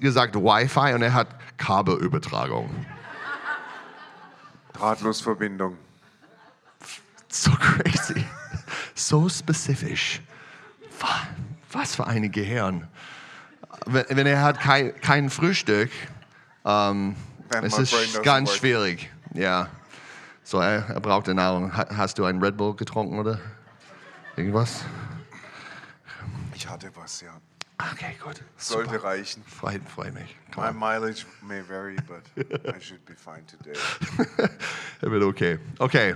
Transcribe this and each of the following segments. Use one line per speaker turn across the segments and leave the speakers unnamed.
gesagt Wi-Fi und er hat Kabelübertragung.
Drahtlos-Verbindung.
So crazy. So spezifisch. Wa- Was für ein Gehirn. Wenn, wenn er hat kein, kein Frühstück, ähm,
Then
es
my brain
ist
doesn't
ganz
work.
schwierig. Ja. So, er, er braucht eine Nahrung. Ha- Hast du einen Red Bull getrunken oder irgendwas?
Ich hatte was, ja.
Okay, gut.
Sollte
Super.
reichen.
Freut freu mich. Komm.
My mileage may vary, but I should be fine today.
A bit okay. Okay.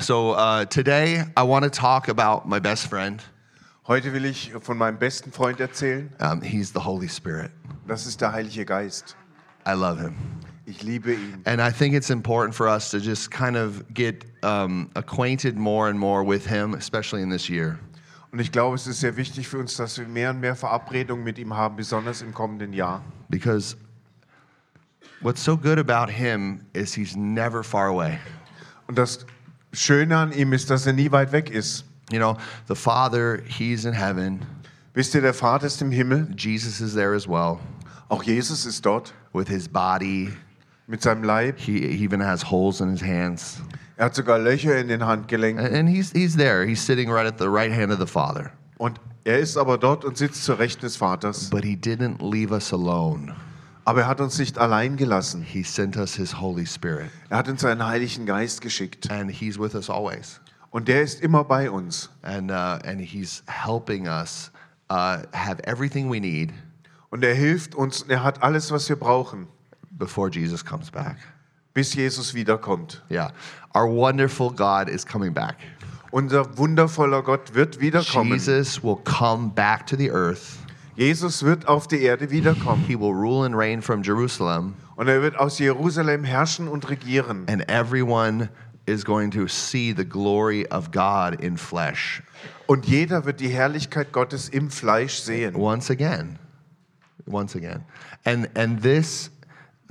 So uh, today I want to talk about my best friend.
Heute will ich von meinem besten Freund erzählen.
Um, he's the Holy Spirit.
Das ist der Heilige Geist.
I love him.
Ich liebe ihn.
And I think it's important for us to just kind of get um, acquainted more and more with him, especially in this year.
Und ich glaube, es ist sehr wichtig für uns, dass wir mehr und mehr Verabredungen mit ihm haben, besonders im kommenden Jahr.
Because what's so good about him is he's never far away.
Und das Schöne an ihm ist, dass er nie weit weg ist.
You know, the Father, he's in heaven.
Wisst ihr, der Vater ist im Himmel.
Jesus is there as well
Auch Jesus ist dort
with his body.
mit seinem Leib.
He even has holes in his hands.
Er hat sogar Löcher in den Handgelenken.
And and he's, he's there. He's sitting right at the right hand of the Father.
Und er ist aber dort und sitzt zur Rechten des Vaters.
But he didn't leave us alone.
Aber er hat uns nicht allein gelassen.
He sent us his Holy Spirit,
Er hat uns seinen Heiligen Geist geschickt.
and he's with us always.
Und der ist immer bei uns.
And, uh, and he's helping us uh, have everything we need
Und er hilft uns. und Er hat alles, was wir brauchen,
before Jesus comes back.
bis Jesus wiederkommt.
Yeah. Our wonderful God is coming back.
Unser wundervoller Gott wird wiederkommen.
Jesus will come back to the earth.
Jesus wird auf die Erde wiederkommen.
He will rule and reign from Jerusalem,
Und er wird aus Jerusalem herrschen und regieren.
and everyone is going to see the glory of God in flesh
Und jeder wird die Herrlichkeit Gottes im Fleisch sehen.
once again once again and and this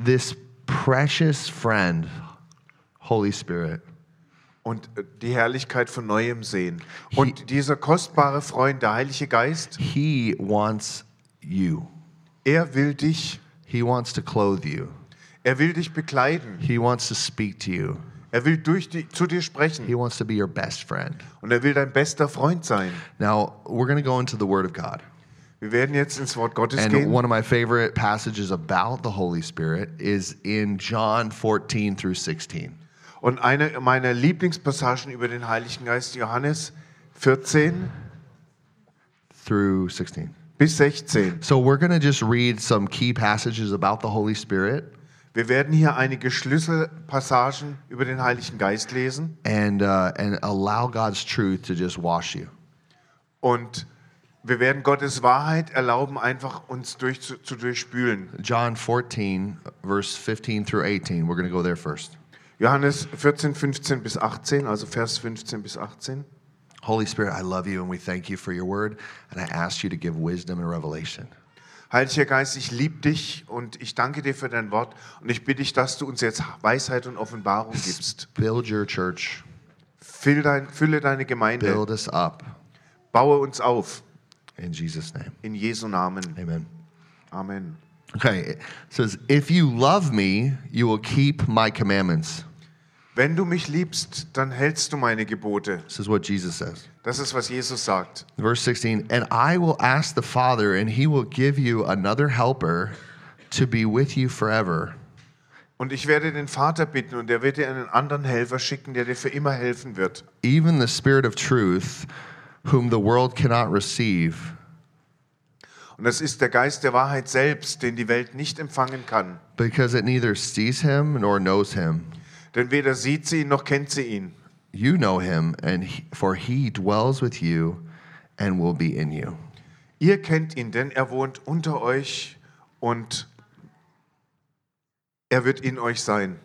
this precious friend holy spirit
Und äh, die Herrlichkeit von neuem sehen. Und dieser kostbare Freund, der Heilige Geist,
he wants you
er will dich.
he wants to clothe you
Er will dich bekleiden.
he wants to speak to you
Er will durch die, zu dir sprechen.
he wants to be your best friend
Und er will dein bester Freund sein.
now we're going to go into the word of god
Wir werden jetzt ins Wort Gottes
and
gehen.
one of my favorite passages about the holy spirit is in john 14 through 16
Und eine meiner Lieblingspassagen über den Heiligen Geist, Johannes 14
through 16
bis 16.
so we're going to just read some key passages about the holy spirit
Wir werden hier einige Schlüsselpassagen über den Heiligen Geist lesen
and uh, and allow God's truth to just wash you.
und wir werden Gottes Wahrheit erlauben, einfach uns durch, zu, zu durchspülen.
John 14 verse 15 through 18. We're going to go there first.
Johannes 14, 15 bis 18, also Vers 15 bis 18.
Holy Spirit, I love you and we thank you for your word and I ask you to give wisdom and revelation.
Heiliger Geist, ich liebe dich und ich danke dir für dein Wort und ich bitte dich, dass du uns jetzt Weisheit und Offenbarung gibst.
Build your church.
Füll dein, fülle deine Gemeinde,
Build us up
baue uns auf.
in Jesus name.
In Jesu Namen.
Amen.
Amen.
Okay, it says if you love me, you will keep my commandments.
Wenn du mich liebst, dann hältst du meine Gebote.
This is what Jesus says.
Das ist, was Jesus sagt.
Verse 16, and I will ask the Father, and he will give you another helper to be with you forever.
Und ich werde den Vater bitten und er wird dir einen anderen Helfer schicken, der dir für immer helfen wird.
even the Spirit of truth, whom the world cannot receive,
Und das ist der Geist der Wahrheit selbst, den die Welt nicht empfangen kann.
because it neither sees him nor knows him.
Denn weder sieht sie ihn noch kennt sie ihn.
You know him, and he, for he dwells with you and will be in you.
Ihr kennt ihn, denn er wohnt unter euch und er wird in euch sein.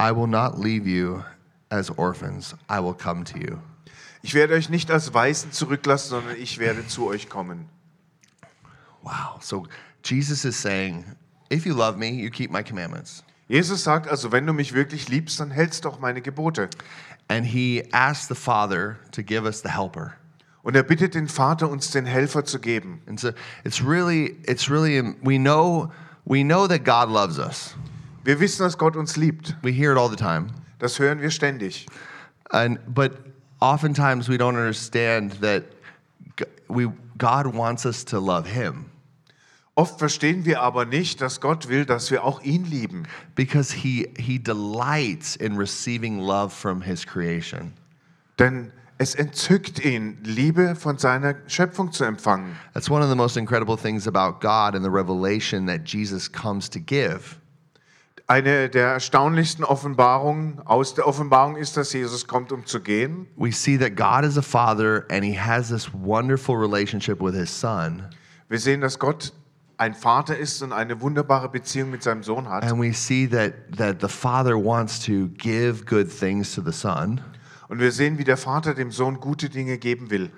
I will not leave you as orphans, I will come to you.
Ich werde euch nicht als Weisen zurücklassen, sondern ich werde zu euch kommen.
Wow. So Jesus is saying, if you love me, you keep my commandments.
Jesus sagt also, wenn du mich wirklich liebst, dann hältst doch meine Gebote.
And he asked the Father to give us the helper.
Und er bittet den Vater, uns den Helfer zu geben.
And so it's really, it's really, we know, we know that God loves us.
Wir wissen, dass Gott uns liebt.
We hear it all the time.
Das hören wir ständig.
And, but oftentimes we don't understand that g- we, God wants us to love Him
Oft verstehen wir aber nicht, dass Gott will, dass wir auch ihn lieben,
because He, he delights in receiving love from His creation.
denn es entzückt ihn, Liebe von seiner Schöpfung zu empfangen.
That's one of the most incredible things about God and the revelation that Jesus comes to give.
Eine der erstaunlichsten Offenbarungen aus der Offenbarung ist, dass Jesus kommt, um zu gehen.
We see that God is a father and He has this wonderful relationship with His Son.
Wir sehen, dass Gott ein Vater ist und eine wunderbare Beziehung mit seinem Sohn hat.
And we see that, that the Father wants to give good things to the Son,
Und wir sehen, wie der Vater dem Sohn gute Dinge geben will.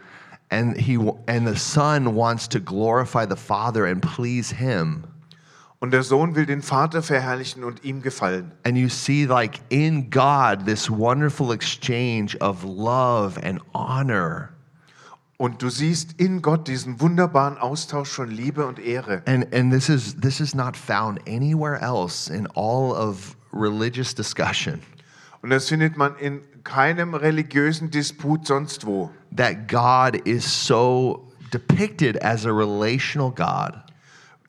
and, he, w- and the Son wants to glorify the Father and please Him.
Und der Sohn will den Vater verherrlichen und ihm gefallen.
And you see, like, in God, this wonderful exchange of love and honor.
Und du siehst in Gott diesen wunderbaren Austausch von Liebe und Ehre.
And, and this, is, this is not found anywhere else in all of religious discussion
Und das findet man in keinem religiösen Disput sonst wo.
that God is so depicted as a relational God.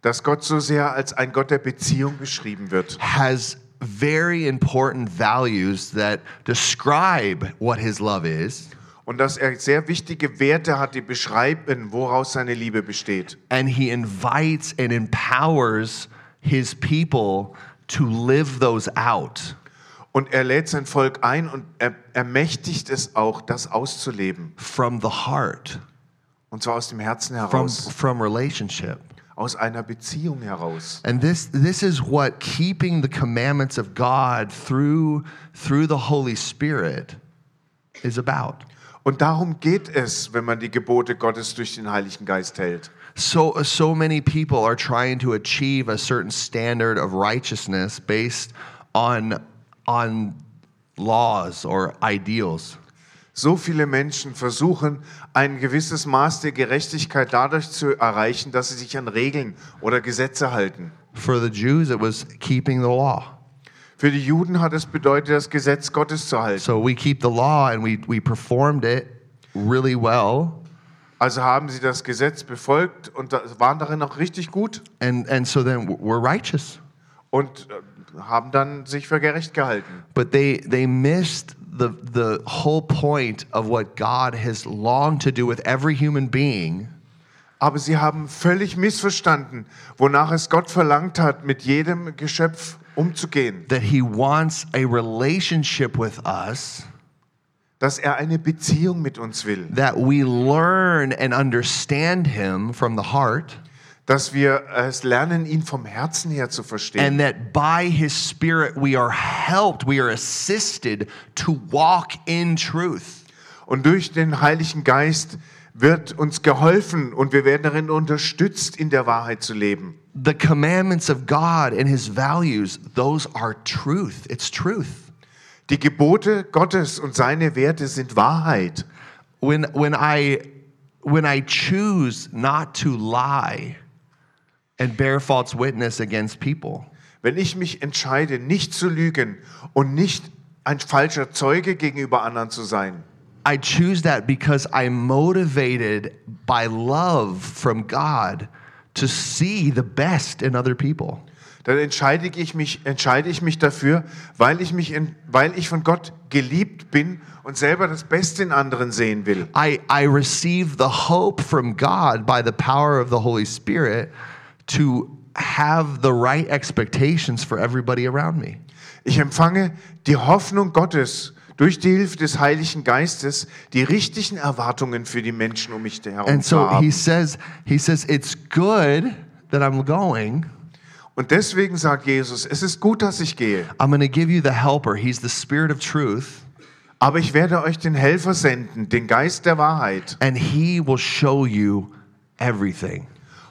Dass Gott so sehr als ein Gott der Beziehung beschrieben wird.
has very important values that describe what his love is.
Und dass er sehr wichtige Werte hat, die beschreiben, woraus seine Liebe besteht.
And he invites and empowers his people to live those out.
Und er lädt sein Volk ein und er ermächtigt es auch, das auszuleben.
From the heart,
Und zwar aus dem Herzen
from,
heraus,
from relationship.
aus einer Beziehung heraus.
And this, this is what keeping the commandments of God through, through the Holy Spirit is about.
Und darum geht es, wenn man die Gebote Gottes durch den Heiligen Geist hält.
so so many people are trying to achieve a certain standard of righteousness based on on laws or ideals
So viele Menschen versuchen, ein gewisses Maß der Gerechtigkeit dadurch zu erreichen, dass sie sich an Regeln oder Gesetze halten.
for the jews it was keeping the law
Für die Juden hat es bedeutet, das Gesetz Gottes zu halten.
so we keep the law and we we performed it really well
Also haben sie das Gesetz befolgt und da- waren darin auch richtig gut
and and so then we're righteous
und äh, haben dann sich für gerecht gehalten.
but they they missed the the whole point of what god has longed to do with every human being
Aber sie haben völlig missverstanden, wonach es Gott verlangt hat, mit jedem Geschöpf umzugehen,
that he wants a relationship with us
dass er eine Beziehung mit uns will.
that we learn and understand him from the heart
dass wir es lernen, ihn vom Herzen her zu verstehen
and that by his spirit we are helped we are assisted to walk in truth
und durch den Heiligen Geist wird uns geholfen und wir werden darin unterstützt, in der Wahrheit zu leben.
the commandments of god and his values those are truth it's truth
Die Gebote Gottes und seine Werte sind Wahrheit.
when when i when i choose not to lie and bear false witness against people
Wenn ich mich entscheide, nicht zu lügen und nicht ein falscher Zeuge gegenüber anderen zu sein,
I choose that because I'm motivated by love from God to see the best in other people.
dann entscheide ich mich, entscheide ich mich dafür, weil ich, mich in, weil ich von Gott geliebt bin und selber das Beste in anderen sehen will.
I, I receive the hope from God by the power of the Holy Spirit to have the right expectations for everybody around me.
Ich empfange die Hoffnung Gottes durch die Hilfe des Heiligen Geistes, die richtigen Erwartungen für die Menschen um mich herum
And
zu
so he
haben.
says, he says, it's good that I'm going.
Und deswegen sagt Jesus, es ist gut, dass ich gehe,
I'm going to give you the helper. He's the spirit of truth.
aber ich werde euch den Helfer senden, den Geist der Wahrheit.
And he will show you everything.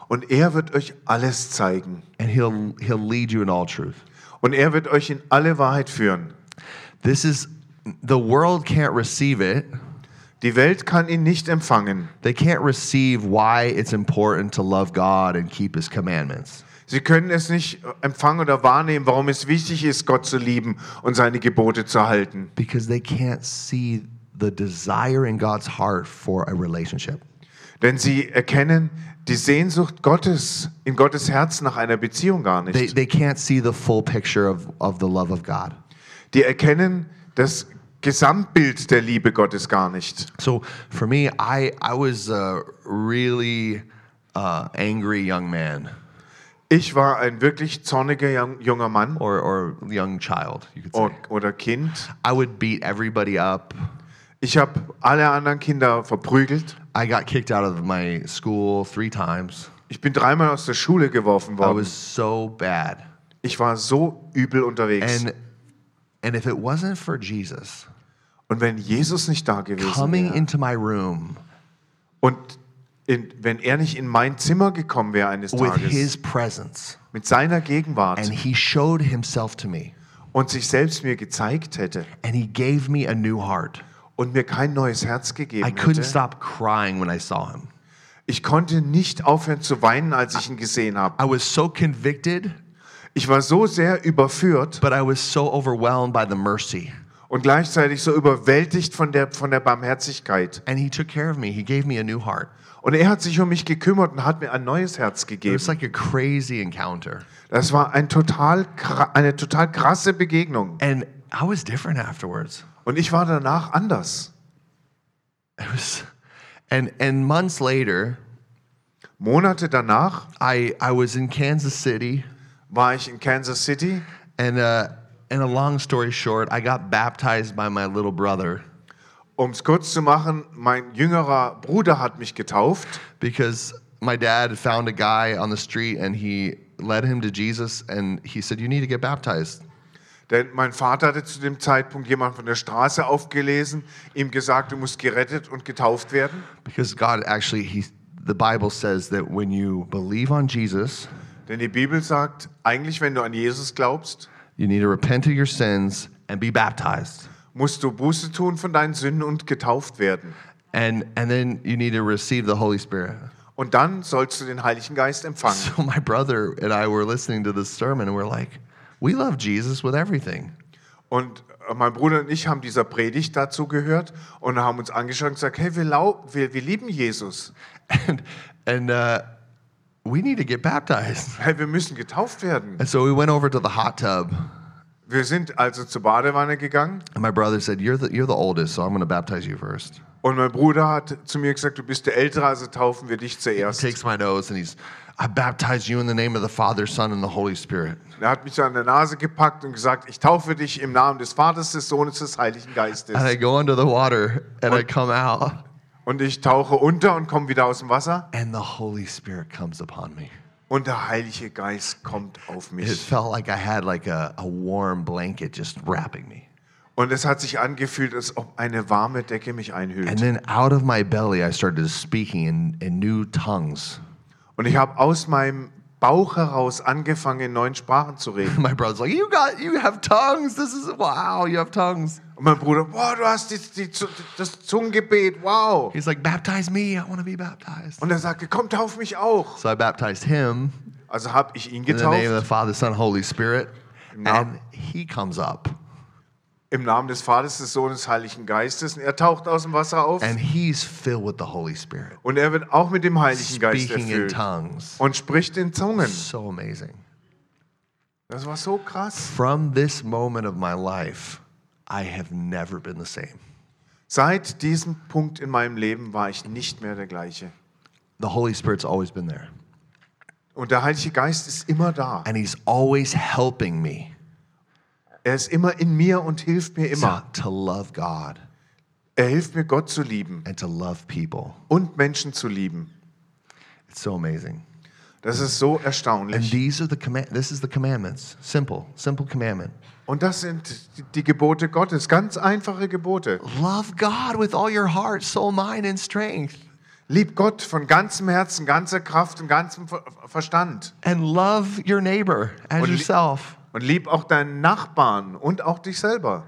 Und er wird euch alles zeigen.
And he'll, he'll lead you in all truth.
Und er wird euch in alle Wahrheit führen.
This is the world can't receive it,
Die Welt kann ihn nicht empfangen.
They can't receive why it's important to love God and keep his commandments.
Sie können es nicht empfangen oder wahrnehmen, warum es wichtig ist, Gott zu lieben und seine Gebote zu halten.
because they can't see the desire in God's heart for a relationship.
Denn sie erkennen die Sehnsucht Gottes in Gottes Herz nach einer Beziehung gar
They,
nicht.
they can't see the full picture of, of the love of God.
Die erkennen das Gesamtbild der Liebe Gottes gar nicht.
So for me, I, I was a really uh, angry young man
Ich war ein wirklich zorniger jung- junger Mann
or, or young child, you could say.
o- oder Kind.
I would beat everybody up.
Ich habe alle anderen Kinder verprügelt.
I got kicked out of my school three times.
Ich bin dreimal aus der Schule geworfen
I
worden.
was so bad.
Ich war so übel unterwegs.
And, and if it wasn't for Jesus
Und wenn Jesus nicht da gewesen
coming
wäre
into my room
und in, wenn er nicht in mein Zimmer gekommen wäre eines
with
Tages,
his presence,
mit seiner Gegenwart
and he showed himself to me
und sich selbst mir gezeigt hätte
and he gave me a new heart
und mir kein neues Herz gegeben
i couldn't
hätte,
stop crying when i saw him
ich konnte nicht aufhören zu weinen, als ich ihn gesehen habe.
i was so convicted
Ich war so sehr überführt
but i was so overwhelmed by the mercy
und gleichzeitig so überwältigt von der, von der Barmherzigkeit.
and he took care of me he gave me a new heart
Und er hat sich um mich gekümmert und hat mir ein neues Herz
it
gegeben.
was like a crazy encounter
Das war ein total, kra- eine total krasse Begegnung.
and i was different afterwards
Und ich war danach anders.
it was and and months later
Monate danach
i i was in kansas city
war ich in Kansas City
and uh and a long story short i got baptized by my little brother
Um es kurz zu machen, mein jüngerer Bruder hat mich getauft,
because my dad found a guy on the street and he led him to Jesus and he said, You need to get baptized.
denn mein Vater hatte zu dem Zeitpunkt jemand von der Straße aufgelesen, ihm gesagt, du musst gerettet und getauft werden,
Because God actually, he, the Bible says that when you believe on Jesus,
denn die Bibel sagt, eigentlich wenn du an Jesus glaubst,
you need to repent of your sins and be baptized.
musst du Buße tun von deinen Sünden und getauft werden.
And, and then you need to receive the Holy Spirit.
Und dann sollst du den Heiligen Geist empfangen.
So my brother and I were listening to this sermon and we're like, We love Jesus with everything.
Und äh, mein Bruder und ich haben dieser Predigt dazu gehört und haben uns angeschaut und gesagt, hey, wir, lau- wir, wir lieben Jesus,
And, and uh, we need to get baptized.
hey, wir müssen getauft werden.
And so we went over to the hot tub.
Wir sind also zur Badewanne gegangen
And my brother said, "You're the you're the oldest, so I'm going to baptize you first.
Und mein Bruder hat zu mir gesagt, du bist der Ältere, also taufen wir dich zuerst.
Takes my nose and he's, "I baptize you in the name of the Father, Son, and the Holy Spirit."
Er hat mich so an der Nase gepackt und gesagt, ich taufe dich im Namen des Vaters, des Sohnes, des Heiligen Geistes.
And I go under the water and I come out,
Und ich tauche unter und komme wieder aus dem Wasser
and the Holy Spirit comes upon me.
und der Heilige Geist kommt auf
It
mich.
felt like I had like a, a warm blanket just wrapping me.
Und es hat sich angefühlt, als ob eine warme Decke mich
And
einhüllt.
then out of my belly, I started speaking in, in new tongues.
Und ich habe aus meinem Bauch heraus angefangen, in neuen Sprachen zu reden.
My brother's like, "You got you have tongues. This is wow, you have tongues."
Und mein Bruder, boah, du hast die, die, Zu- das Zungengebet, wow.
He's like, "Baptize me. I want to be baptized."
Und er sagte, komm, tauf mich auch.
So I baptized him.
Also habe ich ihn
in the name
getauft.
of the Father, Son, Holy Spirit. And
Namen-
he comes up
Im Namen des Vaters, des Sohnes, des Heiligen Geistes. Und er taucht aus dem Wasser auf.
and he's filled with the Holy Spirit,
Und er wird auch mit dem Heiligen Geist
speaking in
erfüllt.
tongues.
Und spricht in Zungen.
So amazing.
Das war so krass.
From this moment of my life, I have never been the same.
Seit diesem Punkt in meinem Leben war ich nicht mehr der gleiche.
The Holy Spirit's always been there,
Und der Heilige Geist ist immer da.
and he's always helping me
Er ist immer in mir und hilft mir
to,
immer.
to love God
Er hilft mir, Gott zu lieben
and to love people.
und Menschen zu lieben.
It's so amazing.
Das ist so
And
erstaunlich.
these are the command. This is the commandments. Simple, simple commandment.
Und das sind die- die Gebote Gottes, ganz einfache Gebote.
Love God with all your heart, soul, mind, and strength.
Lieb Gott von ganzem Herzen, ganzer Kraft und ganzem Ver Verstand.
and love your neighbor as
Und li-
yourself.
Und lieb auch deinen Nachbarn und auch dich selber.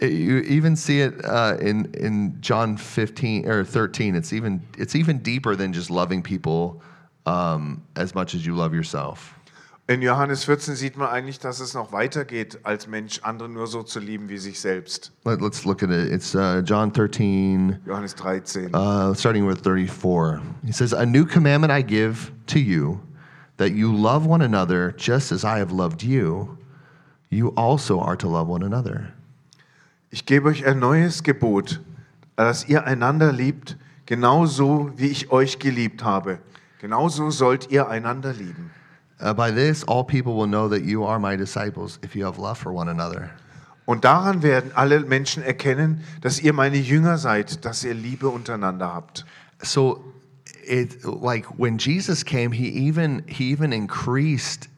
Eh, You even see it uh, in in John 15 or 13. It's even it's even deeper than just loving people um, as much as you love yourself.
In Johannes 14 sieht man eigentlich, dass es noch weitergeht, als Mensch andere nur so zu lieben wie sich selbst.
Let, let's look at it. It's uh, John 13,
Johannes 13.
uh, starting with 34. He says, "A new commandment I give to you, that you love one another, just as I have loved you. You also are to love one another."
Ich gebe euch ein neues Gebot, dass ihr einander liebt, genauso wie ich euch geliebt habe. Genauso sollt ihr einander lieben.
Uh, by this, all people will know that you are my disciples if you have love for one another.
Und daran werden alle Menschen erkennen, dass ihr meine Jünger seid, dass ihr Liebe untereinander habt.
So, it like when Jesus came, he even he even increased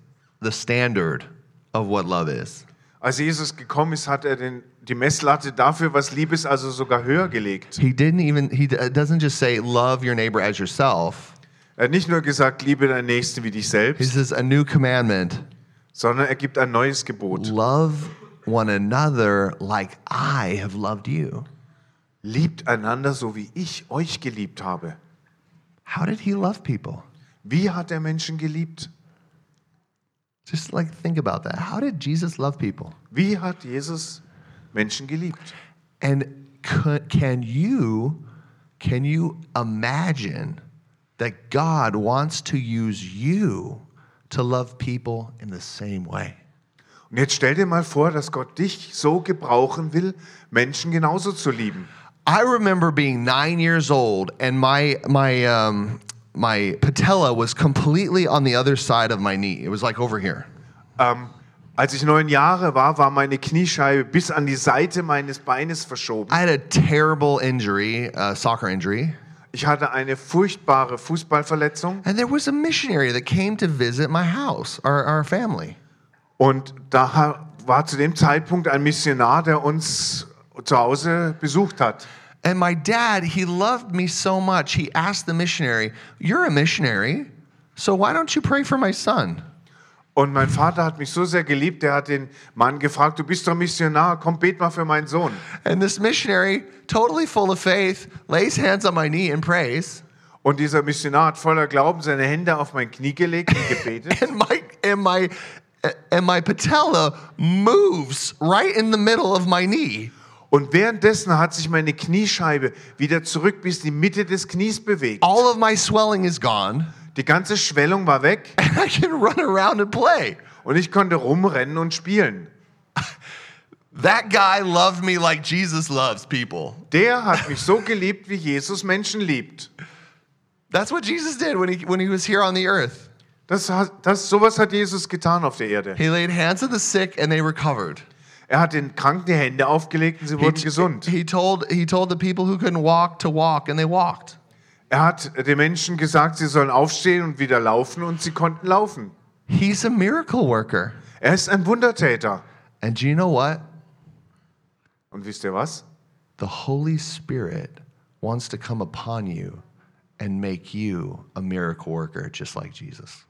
the standard of what love is.
Als Jesus gekommen ist, hat er den, die Messlatte dafür, was lieb ist, also sogar höher gelegt.
He didn't even he d- doesn't just say love your neighbor as yourself.
Er hat nicht nur gesagt, liebe deinen Nächsten wie dich
He
selbst,
says a new commandment:
sondern er gibt ein neues Gebot.
love one another like I have loved you.
Liebt einander so, wie ich euch geliebt habe.
How did he love people?
Wie hat er Menschen geliebt?
Just like think about that. How did Jesus love people?
Wie hat Jesus Menschen geliebt?
And c- can you can you imagine that God wants to use you to love people in the same way?
Und jetzt stell dir mal vor, dass Gott dich so gebrauchen will, Menschen genauso zu lieben.
I remember being nine years old, and my my um, my patella was completely on the other side of my knee. It was like over here.
Ähm, als ich neun Jahre war, war meine Kniescheibe bis an die Seite meines Beines verschoben.
I had a terrible injury, uh, soccer injury,
Ich hatte eine furchtbare Fußballverletzung
and there was a missionary that came to visit my house, our, our family.
und da ha- war zu dem Zeitpunkt ein Missionar, der uns zu Hause besucht hat.
And my dad, he loved me so much. He asked the missionary, You're a missionary, so why don't you pray for my son?
Und mein Vater hat mich so sehr geliebt, der hat den Mann gefragt, du bist doch Missionar, komm, bet mal für meinen Sohn.
And this missionary, totally full of faith, lays hands on my knee and prays.
Und dieser Missionar hat voller Glauben seine Hände auf mein Knie gelegt und gebetet.
And my and my and my patella moves right in the middle of my knee.
Und währenddessen hat sich meine Kniescheibe wieder zurück bis die Mitte des Knies bewegt.
All of my swelling is gone.
Die ganze Schwellung war weg
And I can run around and play.
und ich konnte rumrennen und spielen.
That guy loved me like Jesus loves people.
Der hat mich so geliebt, wie Jesus Menschen liebt.
That's what Jesus did when he when he was here on the earth.
Das, hat- das, sowas hat Jesus getan auf der Erde.
He laid hands on the sick and they recovered.
Er hat den Kranken die Hände aufgelegt und sie
He,
wurden gesund.
he told he told the people who couldn't walk to walk and they walked.
Er hat den Menschen gesagt, sie sollen aufstehen und wieder laufen und sie konnten laufen.
He's a miracle worker.
Er ist ein Wundertäter.
And do you know what?
Und wisst ihr was?
The Holy Spirit wants to come upon you and make you a miracle worker just like Jesus.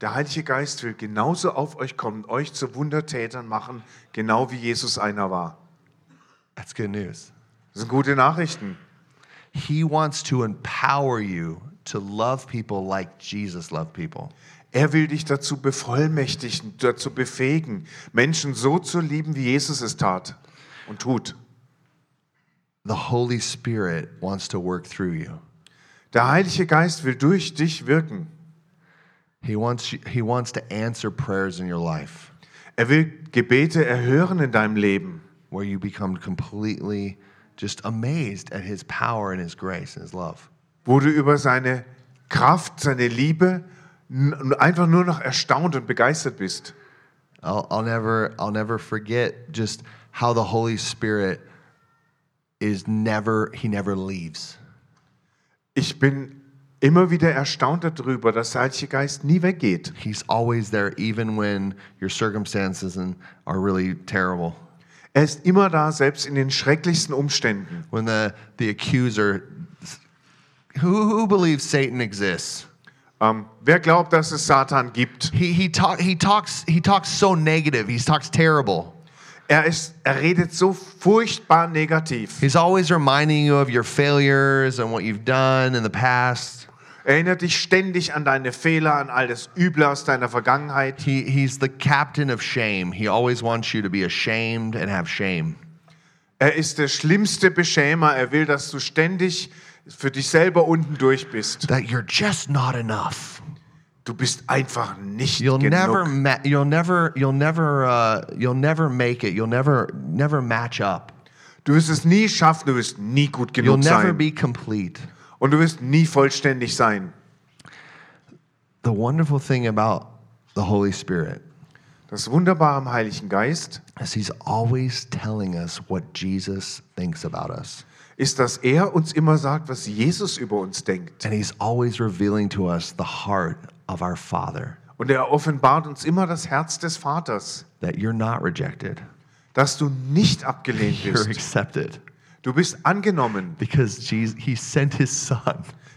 Der Heilige Geist will genauso auf euch kommen, euch zu Wundertätern machen, genau wie Jesus einer war.
That's good news.
Das sind gute Nachrichten.
He wants to empower you to love people like Jesus loved people.
Er will dich dazu bevollmächtigen, dazu befähigen, Menschen so zu lieben, wie Jesus es tat und tut.
The Holy Spirit wants to work through you.
Der Heilige Geist will durch dich wirken.
He wants you, he wants to answer prayers in your life.
Er will Gebete erhören in deinem Leben,
where you become completely just amazed at his power and his grace and his love.
wo du über seine Kraft, seine Liebe n- einfach nur noch erstaunt und begeistert bist.
I'll, I'll never I'll never forget just how the Holy Spirit is never he never leaves.
Ich bin immer wieder erstaunt darüber, dass der Heilige Geist nie weggeht.
He's always there even when your circumstances and are really terrible.
Er ist immer da, selbst in den schrecklichsten Umständen.
When the the accuser who, who believes Satan exists?
Ähm, wer glaubt, dass es Satan gibt?
He he talk, he talks he talks so negative. He talks terrible.
Er, ist, er redet so furchtbar negativ.
He's always reminding you of your failures and what you've done in the past.
Erinnert dich ständig an deine Fehler, an all das Üble aus deiner Vergangenheit.
He, he's the captain of shame. He always wants you to be ashamed and have shame.
Er ist der schlimmste Beschämer. Er will, dass du ständig für dich selber unten durch bist.
That you're just not enough.
Du bist einfach nicht
You'll
genug.
never, ma- you'll never, you'll never, uh, you'll never make it. You'll never, never match up.
Du wirst es nie schaffen, du wirst nie gut
You'll
genug
never
sein.
be complete.
Und du wirst nie vollständig sein.
The wonderful thing about the Holy Spirit
Das Wunderbare am Heiligen Geist
is He's always telling us what Jesus thinks about us,
ist, dass er uns immer sagt, was Jesus über uns denkt.
and He's always revealing to us the heart of our Father
Und er offenbart uns immer das Herz des Vaters,
that you're not rejected,
dass du nicht abgelehnt
you're
bist.
accepted
Du bist angenommen,
because Jesus, He sent His Son,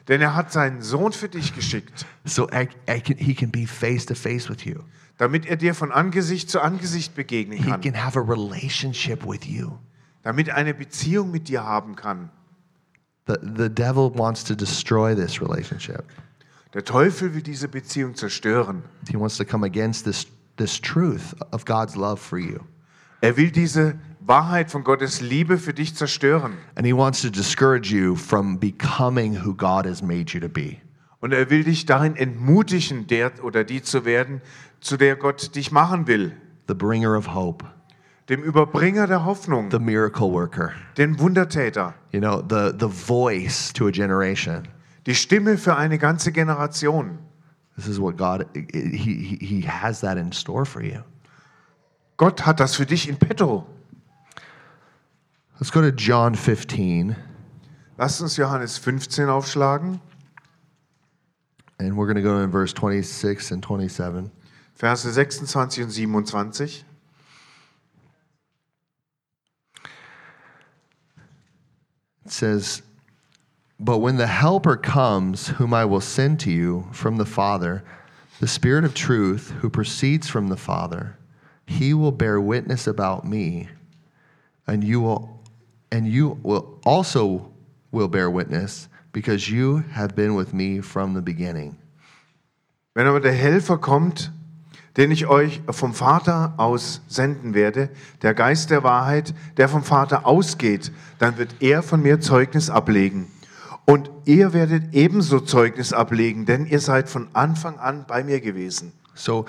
denn er hat seinen Sohn für dich geschickt,
so I, I can, He can be face to face with you.
damit er dir von Angesicht zu Angesicht begegnen
He
kann,
can have a relationship with you.
damit er eine Beziehung mit dir haben kann.
The, the devil wants to destroy this relationship.
Der Teufel will diese Beziehung zerstören.
He wants to come against this, this truth of God's love for you.
Er will diese Wahrheit von Gottes Liebe für dich zerstören.
And he wants to discourage you from becoming who God has made you to be.
Und er will dich darin entmutigen, der oder die zu werden, zu der Gott dich machen will.
The bringer of hope,
Dem Überbringer der Hoffnung,
the miracle worker,
dem Wundertäter,
you know, the, the voice to a generation.
die Stimme für eine ganze Generation.
This is what God, he, he, he has that in store for you.
Gott hat das für dich in petto.
Let's go to John 15,
Lasst uns Johannes 15 aufschlagen,
and we're going to go in verse 26 and 27.
Verse 26 und 27.
It says, But when the Helper comes, whom I will send to you from the Father, the Spirit of truth, who proceeds from the Father, he will bear witness about me, and you will and you will also will bear witness because you have been with me from the beginning.
Wenn aber der Helfer kommt, den ich euch vom Vater aus senden werde, der Geist der Wahrheit, der vom Vater ausgeht, dann wird er von mir Zeugnis ablegen. Und ihr werdet ebenso Zeugnis ablegen, denn ihr seid von Anfang an bei mir gewesen.
So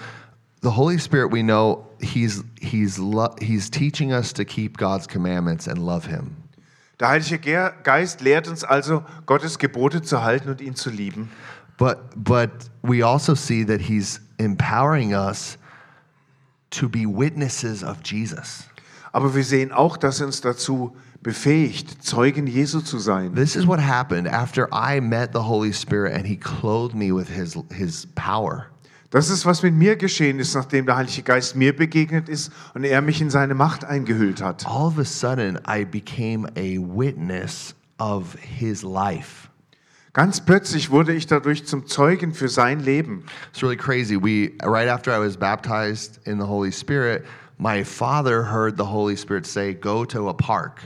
the Holy Spirit we know he's he's lo- he's teaching us to keep God's commandments and love him.
Der Heilige Ge- Geist lehrt uns also, Gottes Gebote zu halten und ihn zu lieben.
But but we also see that he's empowering us to be witnesses of Jesus.
Aber wir sehen auch, dass er uns dazu befähigt, Zeugen Jesu zu sein.
This is what happened after I met the Holy Spirit and he clothed me with his his power.
Das ist, was mit mir geschehen ist, nachdem der Heilige Geist mir begegnet ist und er mich in seine Macht eingehüllt hat.
All of a sudden I became a witness of his life.
Ganz plötzlich wurde ich dadurch zum Zeugen für sein Leben.
It's really crazy. We right after I was baptized in the Holy Spirit, my father heard the Holy Spirit say, "Go to a park."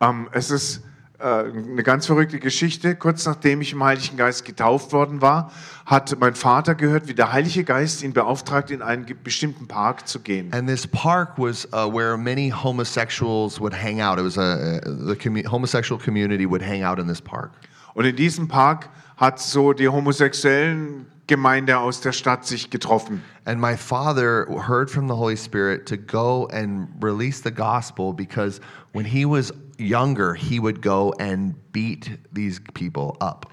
Ähm, es ist äh, eine ganz verrückte Geschichte. Kurz nachdem ich im Heiligen Geist getauft worden war, hat mein Vater gehört, wie der Heilige Geist ihn beauftragt, in einen ge- bestimmten Park zu gehen.
And this park was uh, where many homosexuals would hang out. It was a, the commu- homosexual community would hang out in this park.
Und in diesem Park hat so die homosexuellen Gemeinde aus der Stadt sich getroffen.
And my father heard from the Holy Spirit to go and release the gospel because when he was younger, he would go and beat these people up.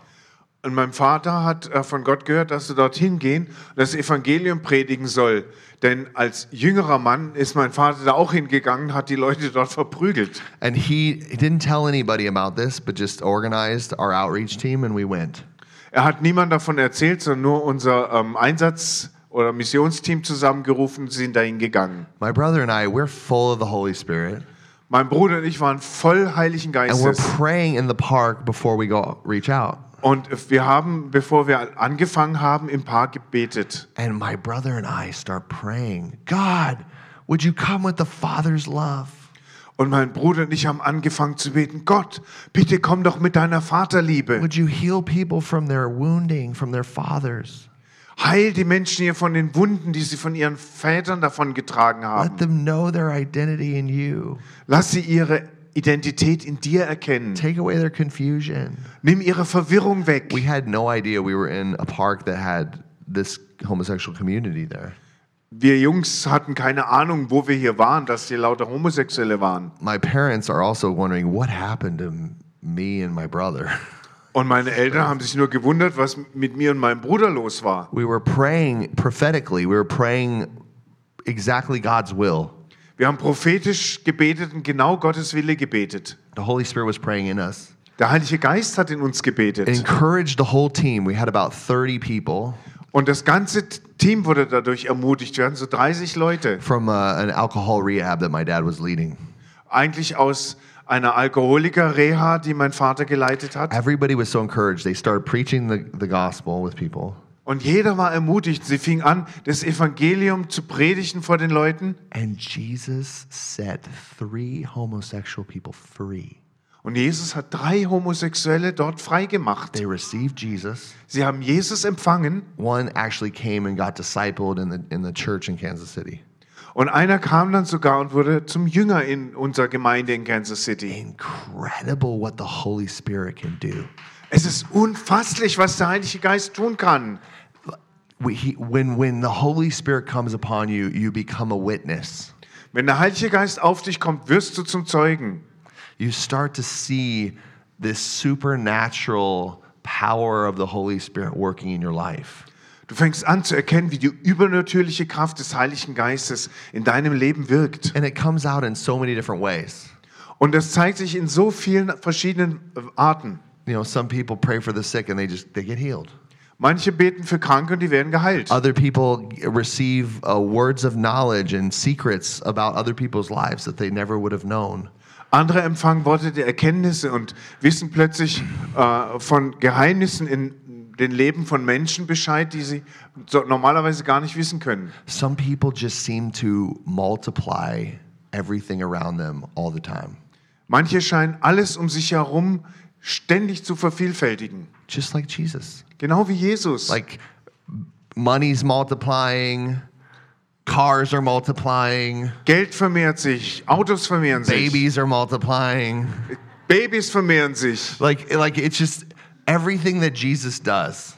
Und mein Vater hat äh, von Gott gehört, dass du dorthin gehen und das Evangelium predigen soll. Denn als jüngerer Mann ist mein Vater da auch hingegangen, hat die Leute dort verprügelt.
And he didn't tell anybody about this, but just organized our outreach team and we went.
Er hat niemand davon erzählt, sondern nur unser ähm, Einsatz- oder Missionsteam zusammengerufen und sind dahin gegangen.
My brother and I, we're full of the Holy Spirit.
Mein Bruder und ich waren voll Heiligen
And we're
Geistes
praying in the park before we go reach out.
Und wir haben, bevor wir angefangen haben, im Paar gebetet.
And my brother and I start praying, God, would you come with the Father's love?
Und mein Bruder und ich haben angefangen zu beten, Gott, bitte komm doch mit deiner Vaterliebe.
Would you heal people from their wounding, from their fathers?
Heil die Menschen hier von den Wunden, die sie von ihren Vätern davongetragen haben.
Let them know their identity in you.
Lass sie ihre Identität in dir erkennen.
Take away their confusion.
Nimm ihre Verwirrung weg.
We had no idea we were in a park that had this homosexual community there.
Wir Jungs hatten keine Ahnung, wo wir hier waren, dass hier lauter Homosexuelle waren.
My parents are also wondering what happened to m- me and my brother.
Und meine Eltern haben sich nur gewundert, was mit mir und meinem Bruder los war.
We were praying prophetically, we were praying exactly God's will.
Wir haben prophetisch gebetet und genau Gottes Wille gebetet.
The Holy Spirit was praying in us.
Der Heilige Geist hat in uns
It
gebetet.
encouraged the whole team. We had about 30 people
Und das ganze Team wurde dadurch ermutigt. Wir hatten so 30 Leute.
from uh, an alcohol rehab that my dad was leading.
Eigentlich aus einer Alkoholiker-Reha, die mein Vater geleitet hat.
Everybody was so encouraged. They started preaching the, the gospel with people.
Und jeder war ermutigt. Sie fing an, das Evangelium zu predigen vor den Leuten.
And Jesus set three homosexual people free.
Und Jesus hat drei Homosexuelle dort freigemacht.
They received Jesus.
Sie haben Jesus empfangen
One actually came and got discipled in the, in the church in Kansas City.
und einer kam dann sogar und wurde zum Jünger in unserer Gemeinde in Kansas City.
Incredible what the Holy Spirit can do.
Es ist unfasslich, was der Heilige Geist tun kann.
We, he, when, when the Holy Spirit comes upon you, you become a witness.
Wenn der Heilige Geist auf dich kommt, wirst du zum Zeugen.
you start to see this supernatural power of the Holy Spirit working in your life.
Du fängst an zu erkennen, wie die übernatürliche Kraft des Heiligen Geistes in deinem Leben wirkt.
And it comes out in so many different ways.
Und das zeigt sich in so vielen verschiedenen äh, Arten.
You know, some people pray for the sick and they just they get healed.
Manche beten für Kranke und die werden geheilt.
Other people receive uh, words of knowledge and secrets about other people's lives that they never would have known.
Andere empfangen Worte der Erkenntnisse und wissen plötzlich äh, von Geheimnissen in den Leben von Menschen Bescheid, die sie so normalerweise gar nicht wissen können.
Some people just seem to multiply everything around them all the time.
Manche scheinen alles um sich herum ständig zu vervielfältigen.
Just like Jesus.
Genau wie Jesus.
like money's multiplying, cars are multiplying,
Geld vermehrt sich, Autos vermehren sich,
babies are multiplying.
Babys vermehren sich.
Like like it's just everything that Jesus does.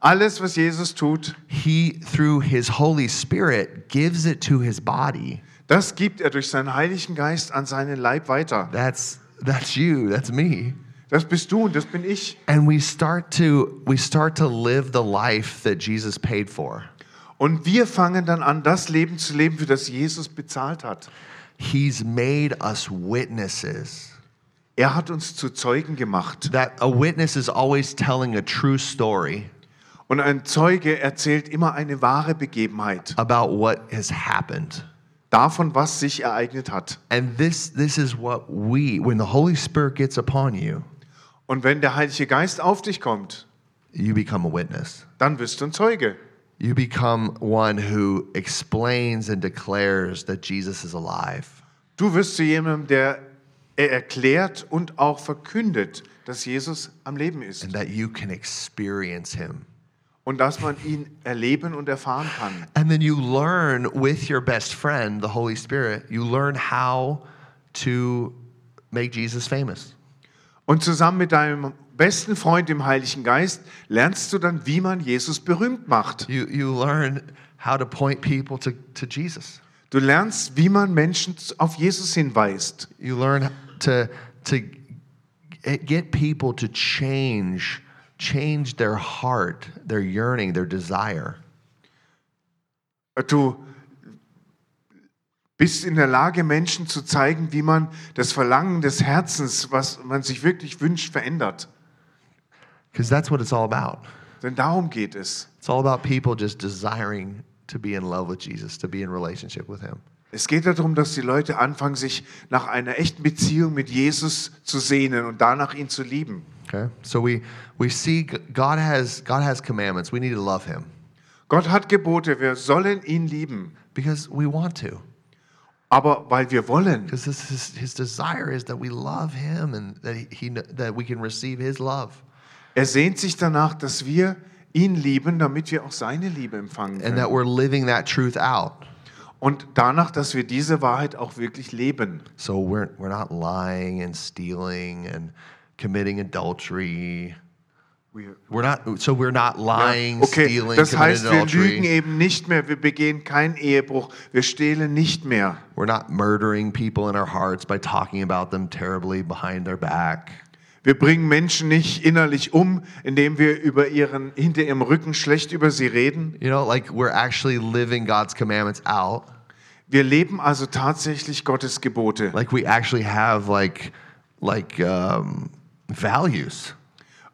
Alles, was Jesus tut,
He through his Holy Spirit gives it to his body.
das gibt er durch seinen Heiligen Geist an seinen Leib weiter.
That's that's you, that's me.
Das bist du und das bin ich.
And we start to we start to live the life that Jesus paid for.
Und wir fangen dann an, das Leben zu leben, für das Jesus bezahlt hat.
He's made us witnesses.
Er hat uns zu Zeugen gemacht.
That a witness is always telling a true story.
Und ein Zeuge erzählt immer eine wahre Begebenheit
about what has happened.
davon, was sich ereignet hat.
And this this is what we when the Holy Spirit gets upon you,
Und wenn der Heilige Geist auf dich kommt,
you become a witness.
dann wirst du ein Zeuge.
You become one who explains and declares that Jesus is alive.
Du wirst zu jemandem, der er erklärt und auch verkündet, dass Jesus am Leben ist
and That you can experience him.
und dass man ihn erleben und erfahren kann.
And then you learn with your best friend, the Holy Spirit, you learn how to make Jesus famous.
Und zusammen mit deinem besten Freund, dem Heiligen Geist, lernst du dann, wie man Jesus berühmt macht.
You, you learn how to point people to, to Jesus.
Du lernst, wie man Menschen auf Jesus hinweist.
You learn to to g- get people to change change their heart, their yearning, their desire.
Du bist in der Lage, Menschen zu zeigen, wie man das Verlangen des Herzens, was man sich wirklich wünscht, verändert.
Cuz that's what it's all about.
Denn darum geht es.
It's all about people just desiring to be in love with Jesus, to be in relationship with him.
Es geht darum, dass die Leute anfangen, sich nach einer echten Beziehung mit Jesus zu sehnen und danach ihn zu lieben.
Okay? So we, we see G- God has, God has commandments. We need to love him
Gott hat Gebote, wir sollen ihn lieben.
because we want to.
Aber weil wir wollen,
Because this is his desire is that we love him and that he, he kn- that we can receive his love
er sehnt sich danach, dass wir ihn lieben, damit wir auch seine Liebe
and
empfangen können.
that we're living that truth out.
Und danach, dass wir diese Wahrheit auch wirklich leben.
So we're we're not lying and stealing and committing adultery.
Wir-
We're not so we're not lying,
Okay,
stealing,
das
committing
heißt, wir
adultery.
lügen eben nicht mehr, wir begehen keinen Ehebruch, wir stehlen nicht mehr.
We're not murdering people in our hearts by talking about them terribly behind their back.
Wir bringen Menschen nicht innerlich um, indem wir über ihren, hinter ihrem Rücken schlecht über sie reden.
You know, like we're actually living God's commandments out.
Wir leben also tatsächlich Gottes Gebote.
Like we actually have like like um, values.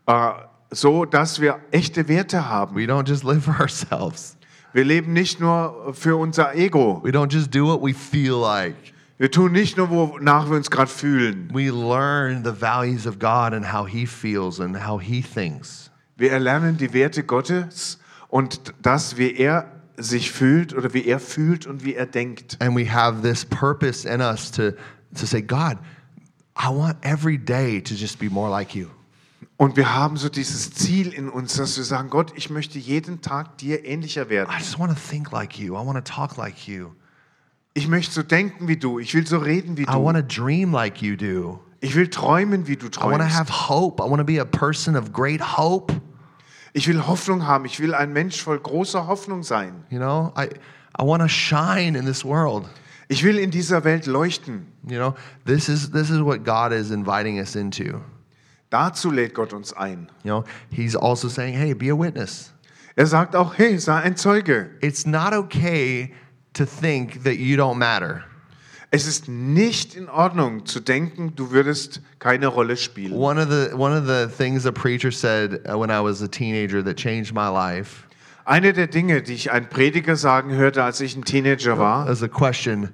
Äh, so, dass wir echte Werte haben.
We don't just live for ourselves.
Wir leben nicht nur für unser Ego.
We don't just do what we feel like.
Wir tun nicht nur, wonach wir uns gerade fühlen.
We learn the values of God and how He feels and how He thinks.
Wir erlernen die Werte Gottes und das, wie er sich fühlt oder wie er fühlt und wie er denkt.
And we have this purpose in us to, to say, God, I want every day to just be more like you.
Und wir haben so dieses Ziel in uns, dass wir sagen, Gott, ich möchte jeden Tag dir ähnlicher werden.
I just want to think like you. I want to talk like you.
Ich möchte so denken wie du. Ich will so reden wie
I want
du.
to dream like you do.
Ich will träumen wie du
I want to
träumst.
have hope. I want to be a person of great hope.
Ich will Hoffnung haben. Ich will ein Mensch voll großer Hoffnung sein.
You know, I, I want to shine in this world.
Ich will in dieser Welt leuchten.
You know, this is, this is what God is inviting us into.
Dazu lädt Gott uns ein.
You know, he's also saying, hey, be a witness.
Er sagt auch, hey, sei ein Zeuge.
It's not okay to think that you don't matter.
Es ist nicht in Ordnung zu denken, du würdest keine Rolle spielen.
One of the one of the things a preacher said uh, when I was a teenager that changed my life
Eine der Dinge, die ich ein Prediger sagen hörte, als ich ein Teenager war,
was a question,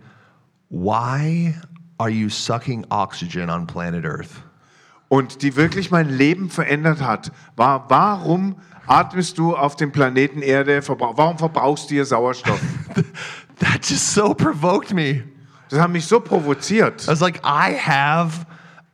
why are you sucking oxygen on planet Earth?
und die wirklich mein Leben verändert hat, war, warum atmest du auf dem Planeten Erde, verbra- warum verbrauchst du hier Sauerstoff?
That just so provoked me.
Das hat mich so
I
provoziert.
was like, I have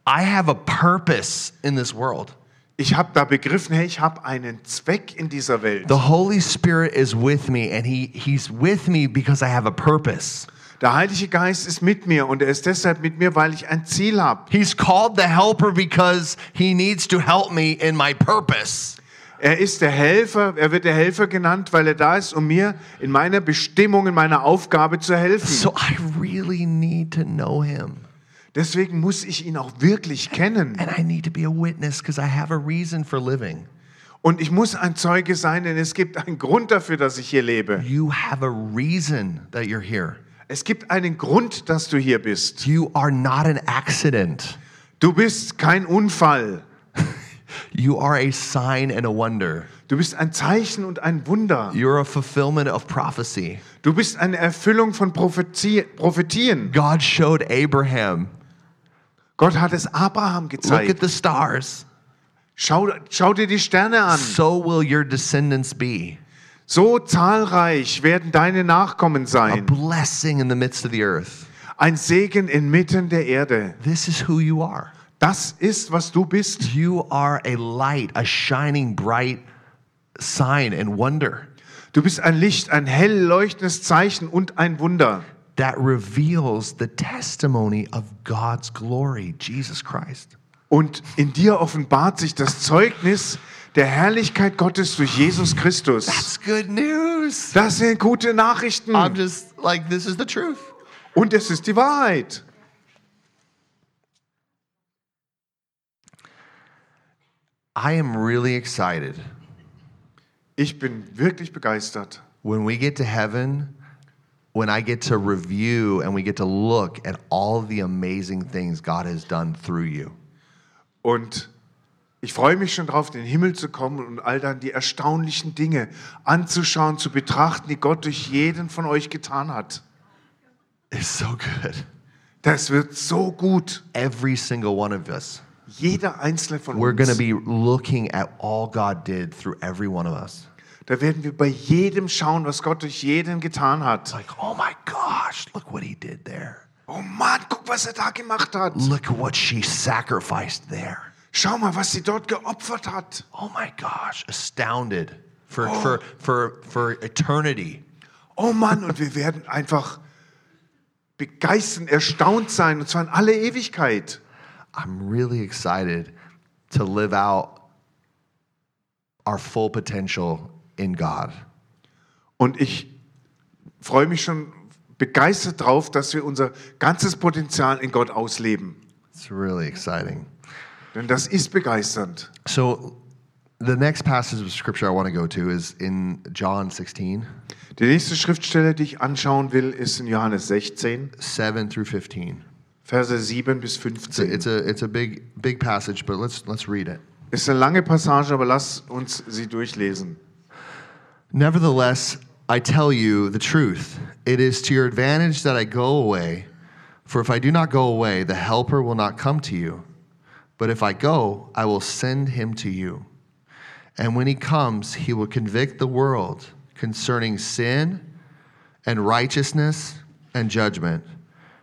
I have a purpose in this world.
Ich habe da begriffen, hey, ich habe einen Zweck in dieser Welt.
The Holy Spirit is with me and he he's with me because I have a purpose.
Der Heilige Geist ist mit mir und er ist deshalb mit mir, weil ich ein Ziel habe.
He's called the helper because he needs to help me in my purpose.
Er ist der Helfer, er wird der Helfer genannt, weil er da ist, um mir in meiner Bestimmung, in meiner Aufgabe zu helfen.
So I really need to know him.
Deswegen muss ich ihn auch wirklich kennen.
And I need to be a witness because I have a reason for living.
Und ich muss ein Zeuge sein, denn es gibt einen Grund dafür, dass ich hier lebe.
You have a reason that you're here.
Es gibt einen Grund, dass du hier bist.
You are not an accident.
Du bist kein Unfall.
You are a sign and a wonder.
Du bist ein Zeichen und ein Wunder.
You're a fulfillment of prophecy.
Du bist eine Erfüllung von Prophezie Prophetien.
God showed Abraham,
Gott hat es Abraham
look at
gezeigt.
the stars.
Schau, schau dir die Sterne an.
So will your descendants be
So zahlreich werden deine Nachkommen
a
sein.
blessing in the midst of the earth.
Ein Segen inmitten der Erde.
This is who you are.
Das ist, was du bist.
You are a light, a shining bright sign and wonder
Du bist ein Licht, ein hell leuchtendes Zeichen und ein Wunder.
that reveals the testimony of God's glory, Jesus Christ.
Und in dir offenbart sich das Zeugnis der Herrlichkeit Gottes durch Jesus Christus.
That's good news.
Das sind gute Nachrichten.
I'm just like, this is the truth.
Und es ist die Wahrheit.
I am really excited
Ich bin wirklich begeistert.
when we get to heaven, when I get to review and we get to look at all the amazing things God has done through you.
Und ich freue mich schon drauf, in den Himmel zu kommen und all dann die erstaunlichen Dinge anzuschauen, zu betrachten, die Gott durch jeden von euch getan hat.
is so good.
Das wird so gut.
Every single one of us.
Jeder einzelne von
We're going to
uns.
be looking at all God did through every one of us.
Da werden wir bei jedem schauen, was Gott durch jeden getan hat.
Like, oh my gosh, look what he did there.
Oh Mann, guck, was er da gemacht hat.
Look at what she sacrificed there.
Schau mal, was sie dort geopfert hat.
Oh my gosh, astounded for, for, for, for eternity.
Oh Mann, und wir werden einfach begeistert, erstaunt sein, und zwar in alle Ewigkeit.
I'm really excited to live out our full potential in God.
Und ich freue mich schon begeistert drauf, dass wir unser ganzes Potenzial in Gott ausleben.
It's really exciting.
Denn das ist begeisternd.
So, the next passage of scripture I want to go to is in John 16,
Die nächste Schriftstelle, die ich anschauen will, ist in Johannes 16,
7 through 15.
Verse 7 bis
It's a,
15.
it's a, it's a big, big passage, but let's, let's read it.
Ist eine lange Passage, aber lass uns sie durchlesen.
Nevertheless, I tell you the truth. It is to your advantage that I go away. For if I do not go away, the Helper will not come to you. But if I go, I will send him to you. And when he comes, he will convict the world concerning sin and righteousness and judgment.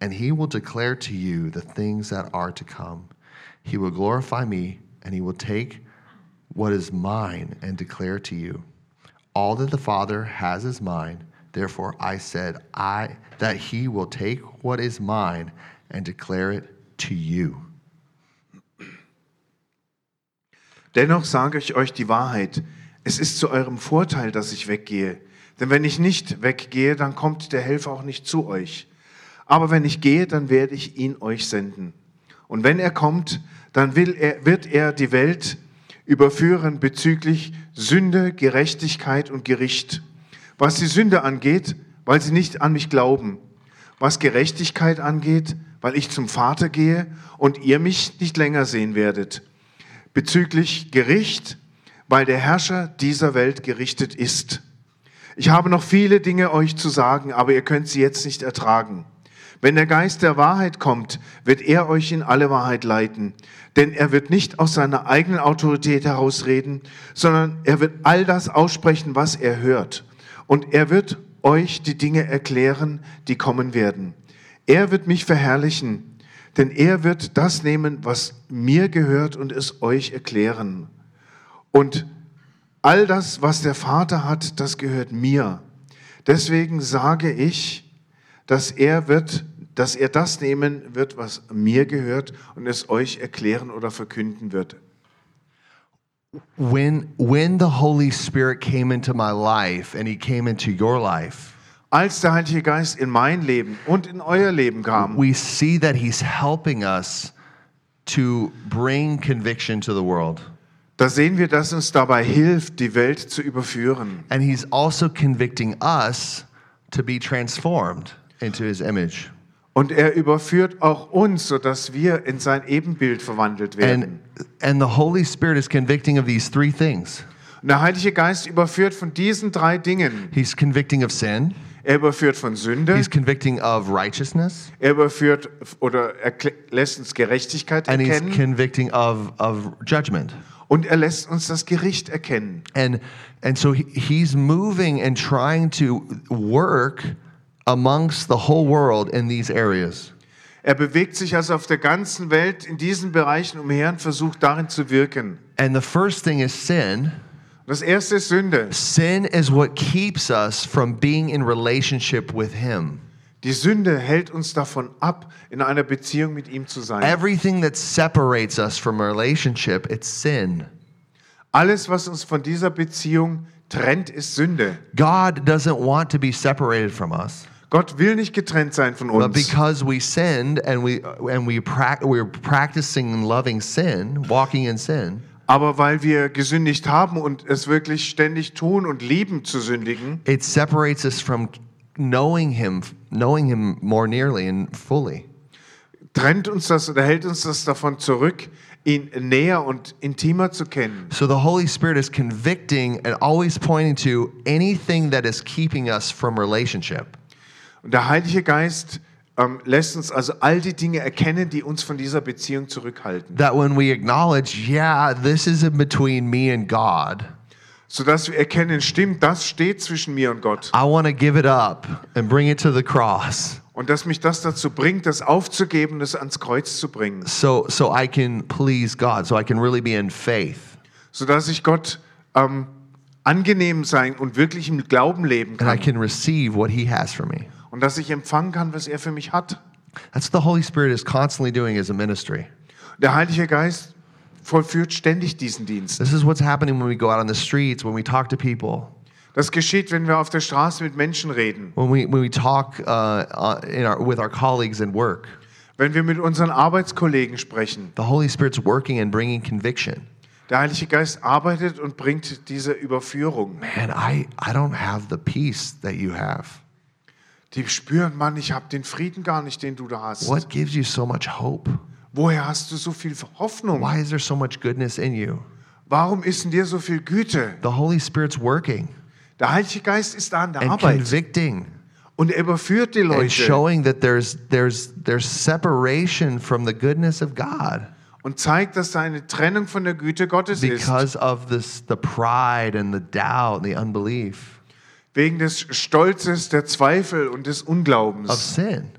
and he will declare to you the things that are to come. He will glorify me, and he will take what is mine and declare to you. All that the Father has is mine. Therefore I said I that he will take what is mine and declare it to you.
Dennoch sage ich euch die Wahrheit. Es ist zu eurem Vorteil, dass ich weggehe. Denn wenn ich nicht weggehe, dann kommt der Helfer auch nicht zu euch. Aber wenn ich gehe, dann werde ich ihn euch senden. Und wenn er kommt, dann will er, wird er die Welt überführen bezüglich Sünde, Gerechtigkeit und Gericht. Was die Sünde angeht, weil sie nicht an mich glauben. Was Gerechtigkeit angeht, weil ich zum Vater gehe und ihr mich nicht länger sehen werdet bezüglich Gericht, weil der Herrscher dieser Welt gerichtet ist. Ich habe noch viele Dinge euch zu sagen, aber ihr könnt sie jetzt nicht ertragen. Wenn der Geist der Wahrheit kommt, wird er euch in alle Wahrheit leiten, denn er wird nicht aus seiner eigenen Autorität herausreden, sondern er wird all das aussprechen, was er hört. Und er wird euch die Dinge erklären, die kommen werden. Er wird mich verherrlichen, denn er wird das nehmen, was mir gehört und es euch erklären. Und all das, was der Vater hat, das gehört mir. Deswegen sage ich, dass er wird, dass er das nehmen wird, was mir gehört und es euch erklären oder verkünden wird.
When when the Holy Spirit came into my life and he came into your life,
Als der Heilige Geist in mein Leben und in euer Leben kam,
we see that he's helping us to bring conviction to the world.
da sehen wir, dass uns dabei hilft, die Welt zu überführen.
And he's also convicting us to be transformed into his image.
Und er überführt auch uns, sodass wir in sein Ebenbild verwandelt werden.
And and the Holy Spirit is convicting of these three things.
Und der Heilige Geist überführt von diesen drei Dingen.
He's convicting of sin.
Er überführt von Sünde,
He's convicting of righteousness,
er überführt oder erklä- lässt uns Gerechtigkeit
and he's
erkennen
convicting of of judgment.
und er lässt uns das Gericht erkennen.
And and so he, he's moving and trying to work amongst the whole world in these areas.
Er bewegt sich also auf der ganzen Welt in diesen Bereichen umher und versucht darin zu wirken.
And the first thing is sin.
Das erste ist Sünde.
Sin is what keeps us from being in relationship with him.
Die Sünde hält uns davon ab, in einer Beziehung mit ihm zu sein.
Everything that separates us from a relationship, it's sin.
Alles, was uns von dieser Beziehung trennt, ist Sünde.
God doesn't want to be separated from us.
Gott will nicht getrennt sein von
But
uns.
because we sinned and we and we prac we're practicing and loving sin, walking in sin,
Aber weil wir gesündigt haben und es wirklich ständig tun und lieben zu sündigen,
it separates us from knowing Him, knowing Him more nearly and fully.
trennt uns das oder hält uns das davon zurück, ihn näher und intimer zu kennen.
So the Holy Spirit is convicting and always pointing to anything that is keeping us from relationship.
Und der Heilige Geist ähm, lässt uns also all die Dinge erkennen, die uns von dieser Beziehung zurückhalten,
That when we acknowledge, yeah, this is in between me and God,
sodass wir erkennen, stimmt, das steht zwischen mir und Gott.
I want to give it up and bring it to the cross
Und dass mich das dazu bringt, das aufzugeben, das ans Kreuz zu bringen,
so so I can please God, so I can really be in faith.
sodass ich Gott ähm, angenehm sein und wirklich im Glauben leben
and I
kann
can receive what he has for me.
und dass ich empfangen kann, was er für mich hat.
That's what the Holy Spirit is constantly doing as a ministry.
Der Heilige Geist vollführt ständig diesen Dienst.
This is what's happening when we go out on the streets, when we talk to people,
Das geschieht, wenn wir auf der Straße mit Menschen reden,
when we when we talk uh, uh, in our, with our colleagues in work.
wenn wir mit unseren Arbeitskollegen sprechen.
The Holy Spirit's working and bringing conviction.
Der Heilige Geist arbeitet und bringt diese Überführung.
Man, I I don't have the peace that you have.
Die spüren, Mann, ich habe den Frieden gar nicht, den du da hast.
What gives you so much hope?
Woher hast du so viel Hoffnung?
Why is there so much goodness in you?
Warum ist in dir so viel Güte?
The Holy Spirit's working
Der Heilige Geist ist da an der
and
Arbeit
convicting
und er überführt die
and
Leute
showing that there's there's there's separation from the goodness of God.
und zeigt, dass da eine Trennung von der Güte Gottes ist.
because of this the pride and the doubt and the unbelief
Wegen des Stolzes, der Zweifel und des
of
Unglaubens.
sin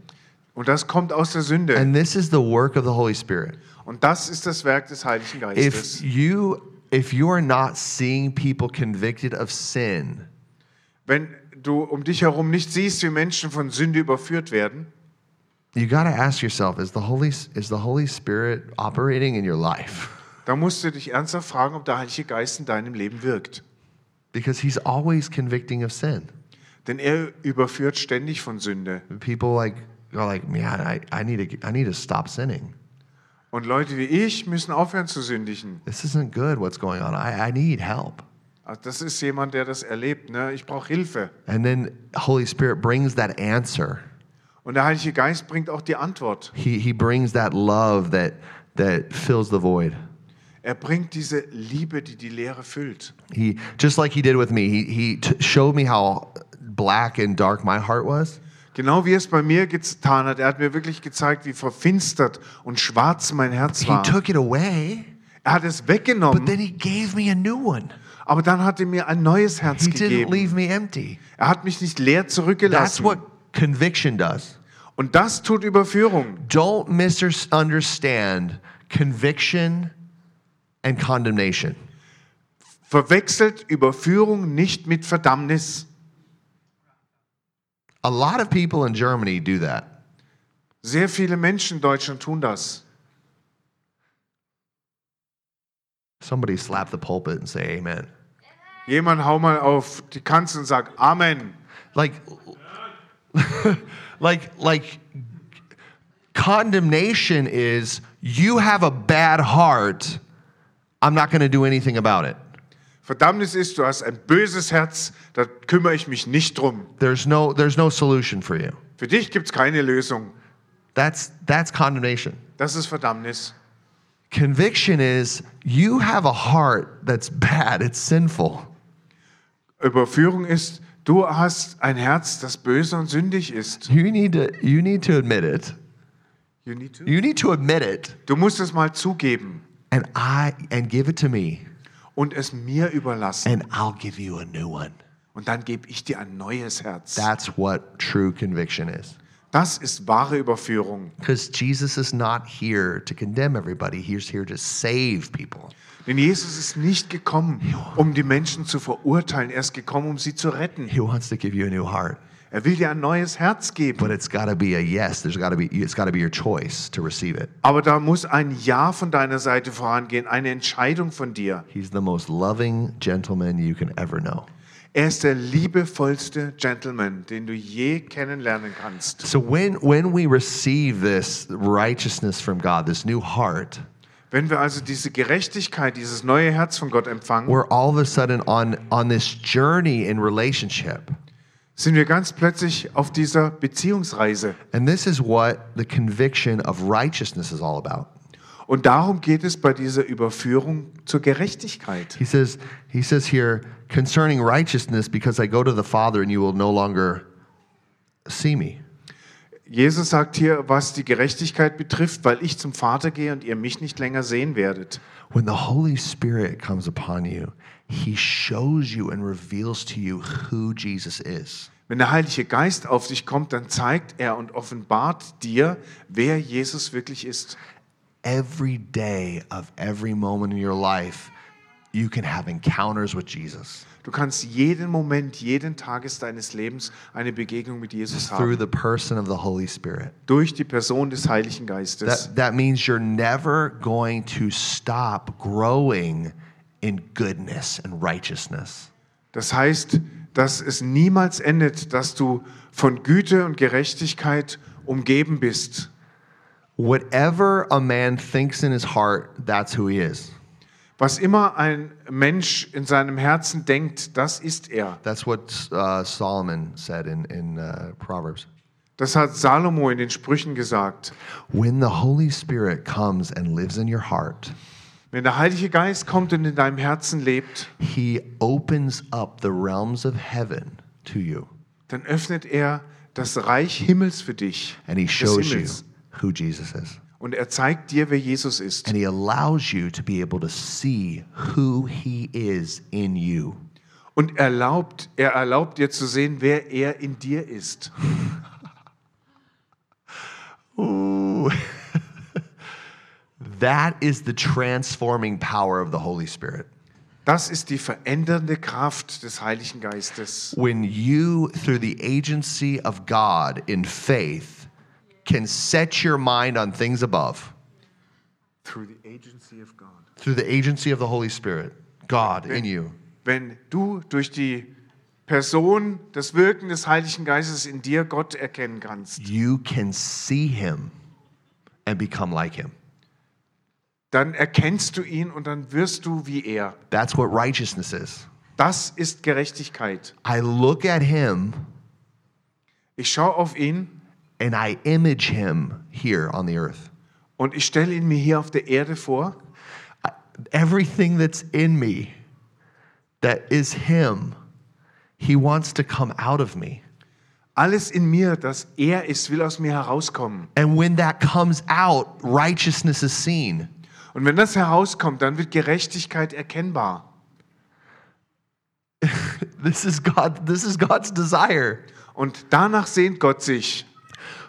Und das kommt aus der Sünde.
and this is the work of the holy spirit
Und das ist das Werk des Heiligen
if
Geistes.
you if you are not seeing people convicted of sin
Wenn du um dich herum nicht siehst, wie Menschen von Sünde überführt werden,
you got to ask yourself is the holy is the holy spirit operating in your life
dann musst du dich ernsthaft fragen, ob der Heilige Geist in deinem Leben wirkt.
because he's always convicting of sin
Denn er überführt ständig von Sünde.
people like are like man i, I need to i need to stop sinning
Und Leute wie ich müssen aufhören zu sündigen.
this isn't good what's going on i, I need help
Also Das ist jemand, der das erlebt. Ne? Ich brauche Hilfe.
and then holy spirit brings that answer
Und der Heilige Geist bringt auch die Antwort.
He, he brings that love that, that fills the void.
Er bringt diese Liebe, die die Leere füllt.
He, just like he did with me, he, he t- showed me how black and dark my heart was.
Genau wie er es bei mir getan hat. Er hat mir wirklich gezeigt, wie verfinstert und schwarz mein Herz
He
war.
took it away,
Er hat es
but
weggenommen,
then he gave me a new one.
aber dann hat er mir ein neues Herz
He didn't
gegeben.
leave me empty.
Er hat mich nicht leer
That's
zurückgelassen.
what conviction does.
Und das tut Überführung.
Don't misunderstand conviction and condemnation.
Verwechselt Überführung nicht mit Verdammnis.
A lot of people in Germany do that.
Sehr viele Menschen in Deutschland tun das.
Somebody slap the pulpit and say amen.
Jemand hau mal auf die Kanzel und sag Amen.
like like like condemnation is you have a bad heart i'm not going to do anything about it
Verdammnis ist, du hast ein böses Herz, da kümmere ich mich nicht drum.
there's no there's no solution for you
Für dich gibt es keine Lösung.
that's that's condemnation
Das ist Verdammnis.
conviction is you have a heart that's bad it's sinful
Überführung ist, du hast ein Herz, das böse und sündig ist.
you need to you need to admit it
You need to.
you need to admit it
Du musst es mal zugeben
and i and give it to me
und es mir überlassen.
and i'll give you a new one
Und dann gebe ich dir ein neues Herz.
that's what true conviction is
Das ist wahre Überführung.
Because Jesus is not here to condemn everybody, he's here to save people.
Denn Jesus ist nicht gekommen, um die Menschen zu verurteilen. Er ist gekommen, um sie zu retten.
He wants to give you a new heart,
Er will dir ein neues Herz geben.
but it's got to be a yes. There's got to be it's got to be your choice to receive it.
Aber da muss ein Ja von deiner Seite vorangehen, eine Entscheidung von dir.
He's the most loving gentleman you can ever know.
Er ist der liebevollste Gentleman, den du je kennenlernen kannst.
So when when we receive this righteousness from God, this new heart,
Wenn wir also diese Gerechtigkeit, dieses neue Herz von Gott empfangen,
we're all of a sudden on on this journey in relationship.
sind wir ganz plötzlich auf dieser Beziehungsreise.
And this is what the conviction of righteousness is all about.
Und darum geht es bei dieser Überführung zur Gerechtigkeit.
He says he says here concerning righteousness because I go to the Father and you will no longer see me.
Jesus sagt hier, was die Gerechtigkeit betrifft, weil ich zum Vater gehe und ihr mich nicht länger sehen werdet.
When the Holy Spirit comes upon you, he shows you and reveals to you who Jesus is.
Wenn der Heilige Geist auf dich kommt, dann zeigt er und offenbart dir, wer Jesus wirklich ist.
Every day of every moment in your life, you can have encounters with Jesus
Du kannst jeden Moment, jeden Tages deines Lebens eine Begegnung mit Jesus
through
haben.
the person of the Holy Spirit.
Durch die Person des Heiligen Geistes.
That, that means you're never going to stop growing in goodness and righteousness.
Das heißt, dass es niemals endet, dass du von Güte und Gerechtigkeit umgeben bist.
Whatever a man thinks in his heart, that's who he is.
Was immer ein Mensch in seinem Herzen denkt, das ist er.
That's what uh, Solomon said in, in uh, Proverbs.
Das hat Salomo in den Sprüchen gesagt.
When the Holy Spirit comes and lives in your heart,
Wenn der Heilige Geist kommt und in deinem Herzen lebt,
he opens up the realms of heaven to you
dann öffnet er das Reich Himmels für dich.
and he
des
shows you
Himmels.
who Jesus is.
Und er zeigt dir, wer Jesus ist.
And he allows you to be able to see who he is in you.
Und erlaubt, er erlaubt dir zu sehen, wer er in dir ist.
Ooh. that is the transforming power of the Holy Spirit.
Das ist die verändernde Kraft des Heiligen Geistes.
When you, through the agency of God in faith, can set your mind on things above
Through the agency of God.
through the agency of the Holy Spirit, God in you.
Wenn du durch die Person, das Wirken des Heiligen Geistes in dir Gott erkennen kannst,
you can see him and become like him.
dann erkennst du ihn und dann wirst du wie er.
That's what righteousness is.
Das ist Gerechtigkeit.
I look at him
Ich schaue auf ihn
and I image him here on the earth.
und ich stelle ihn mir hier auf der Erde vor.
Everything that's in me that is him, he wants to come out of me.
Alles in mir, das er ist, will aus mir herauskommen.
And when that comes out, righteousness is seen.
Und wenn das herauskommt, dann wird Gerechtigkeit erkennbar.
This is God this is God's desire.
Und danach sehnt Gott sich.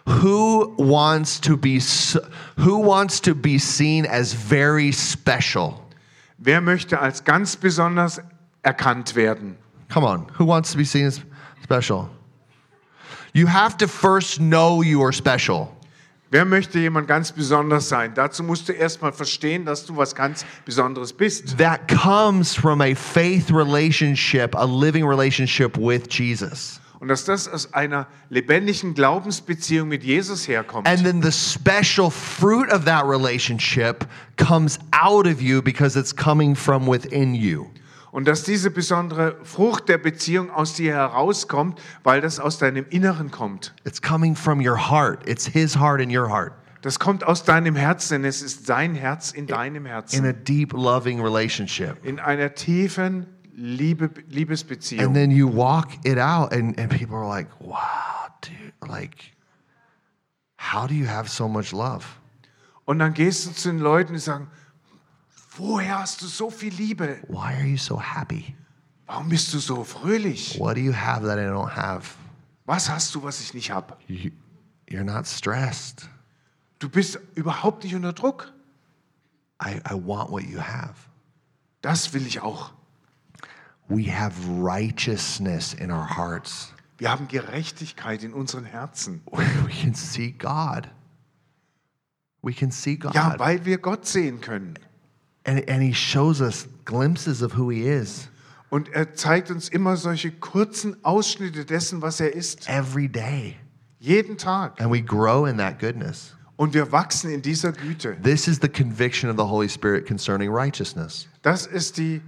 Who wants to be s- who wants to be seen as very special?
Wer möchte als ganz besonders erkannt werden?
Come on, who wants to be seen as special? You have to first know you are special.
Wer möchte jemand ganz besonders sein? Dazu musst du erstmal verstehen, dass du was ganz Besonderes bist.
That comes from a faith relationship, a living relationship with Jesus.
Und dass das aus einer lebendigen Glaubensbeziehung mit Jesus herkommt.
And then the special fruit of that relationship comes out of you because it's coming from within you.
Und dass diese besondere Frucht der Beziehung aus dir herauskommt, weil das aus deinem Inneren kommt.
It's coming from your heart. It's his heart in your heart
Das kommt aus deinem Herzen, denn es ist sein Herz in deinem
in
Herzen.
a deep, loving relationship.
In einer tiefen Liebe,
And
Liebesbeziehung.
then you walk it out, and, and people are like, wow, dude, like, how do you have so much love?
Und dann gehst du zu den Leuten und sagst, woher hast du so viel Liebe?
Why are you so happy?
Warum bist du so fröhlich?
What do you have that I don't have?
Was hast du, was ich nicht habe?
You, you're not stressed.
Du bist überhaupt nicht unter Druck.
I, I want what you have.
Das will ich auch.
We have righteousness in our hearts.
Wir haben Gerechtigkeit in unseren Herzen.
We can see God. We can see God.
Ja, weil wir Gott sehen können.
and, and He shows us glimpses of who He is.
Und er zeigt uns immer solche kurzen Ausschnitte dessen, was er ist.
every day.
Jeden Tag.
And we grow in that goodness.
Und wir wachsen in dieser Güte.
This is the conviction of the Holy Spirit concerning righteousness.
Das ist die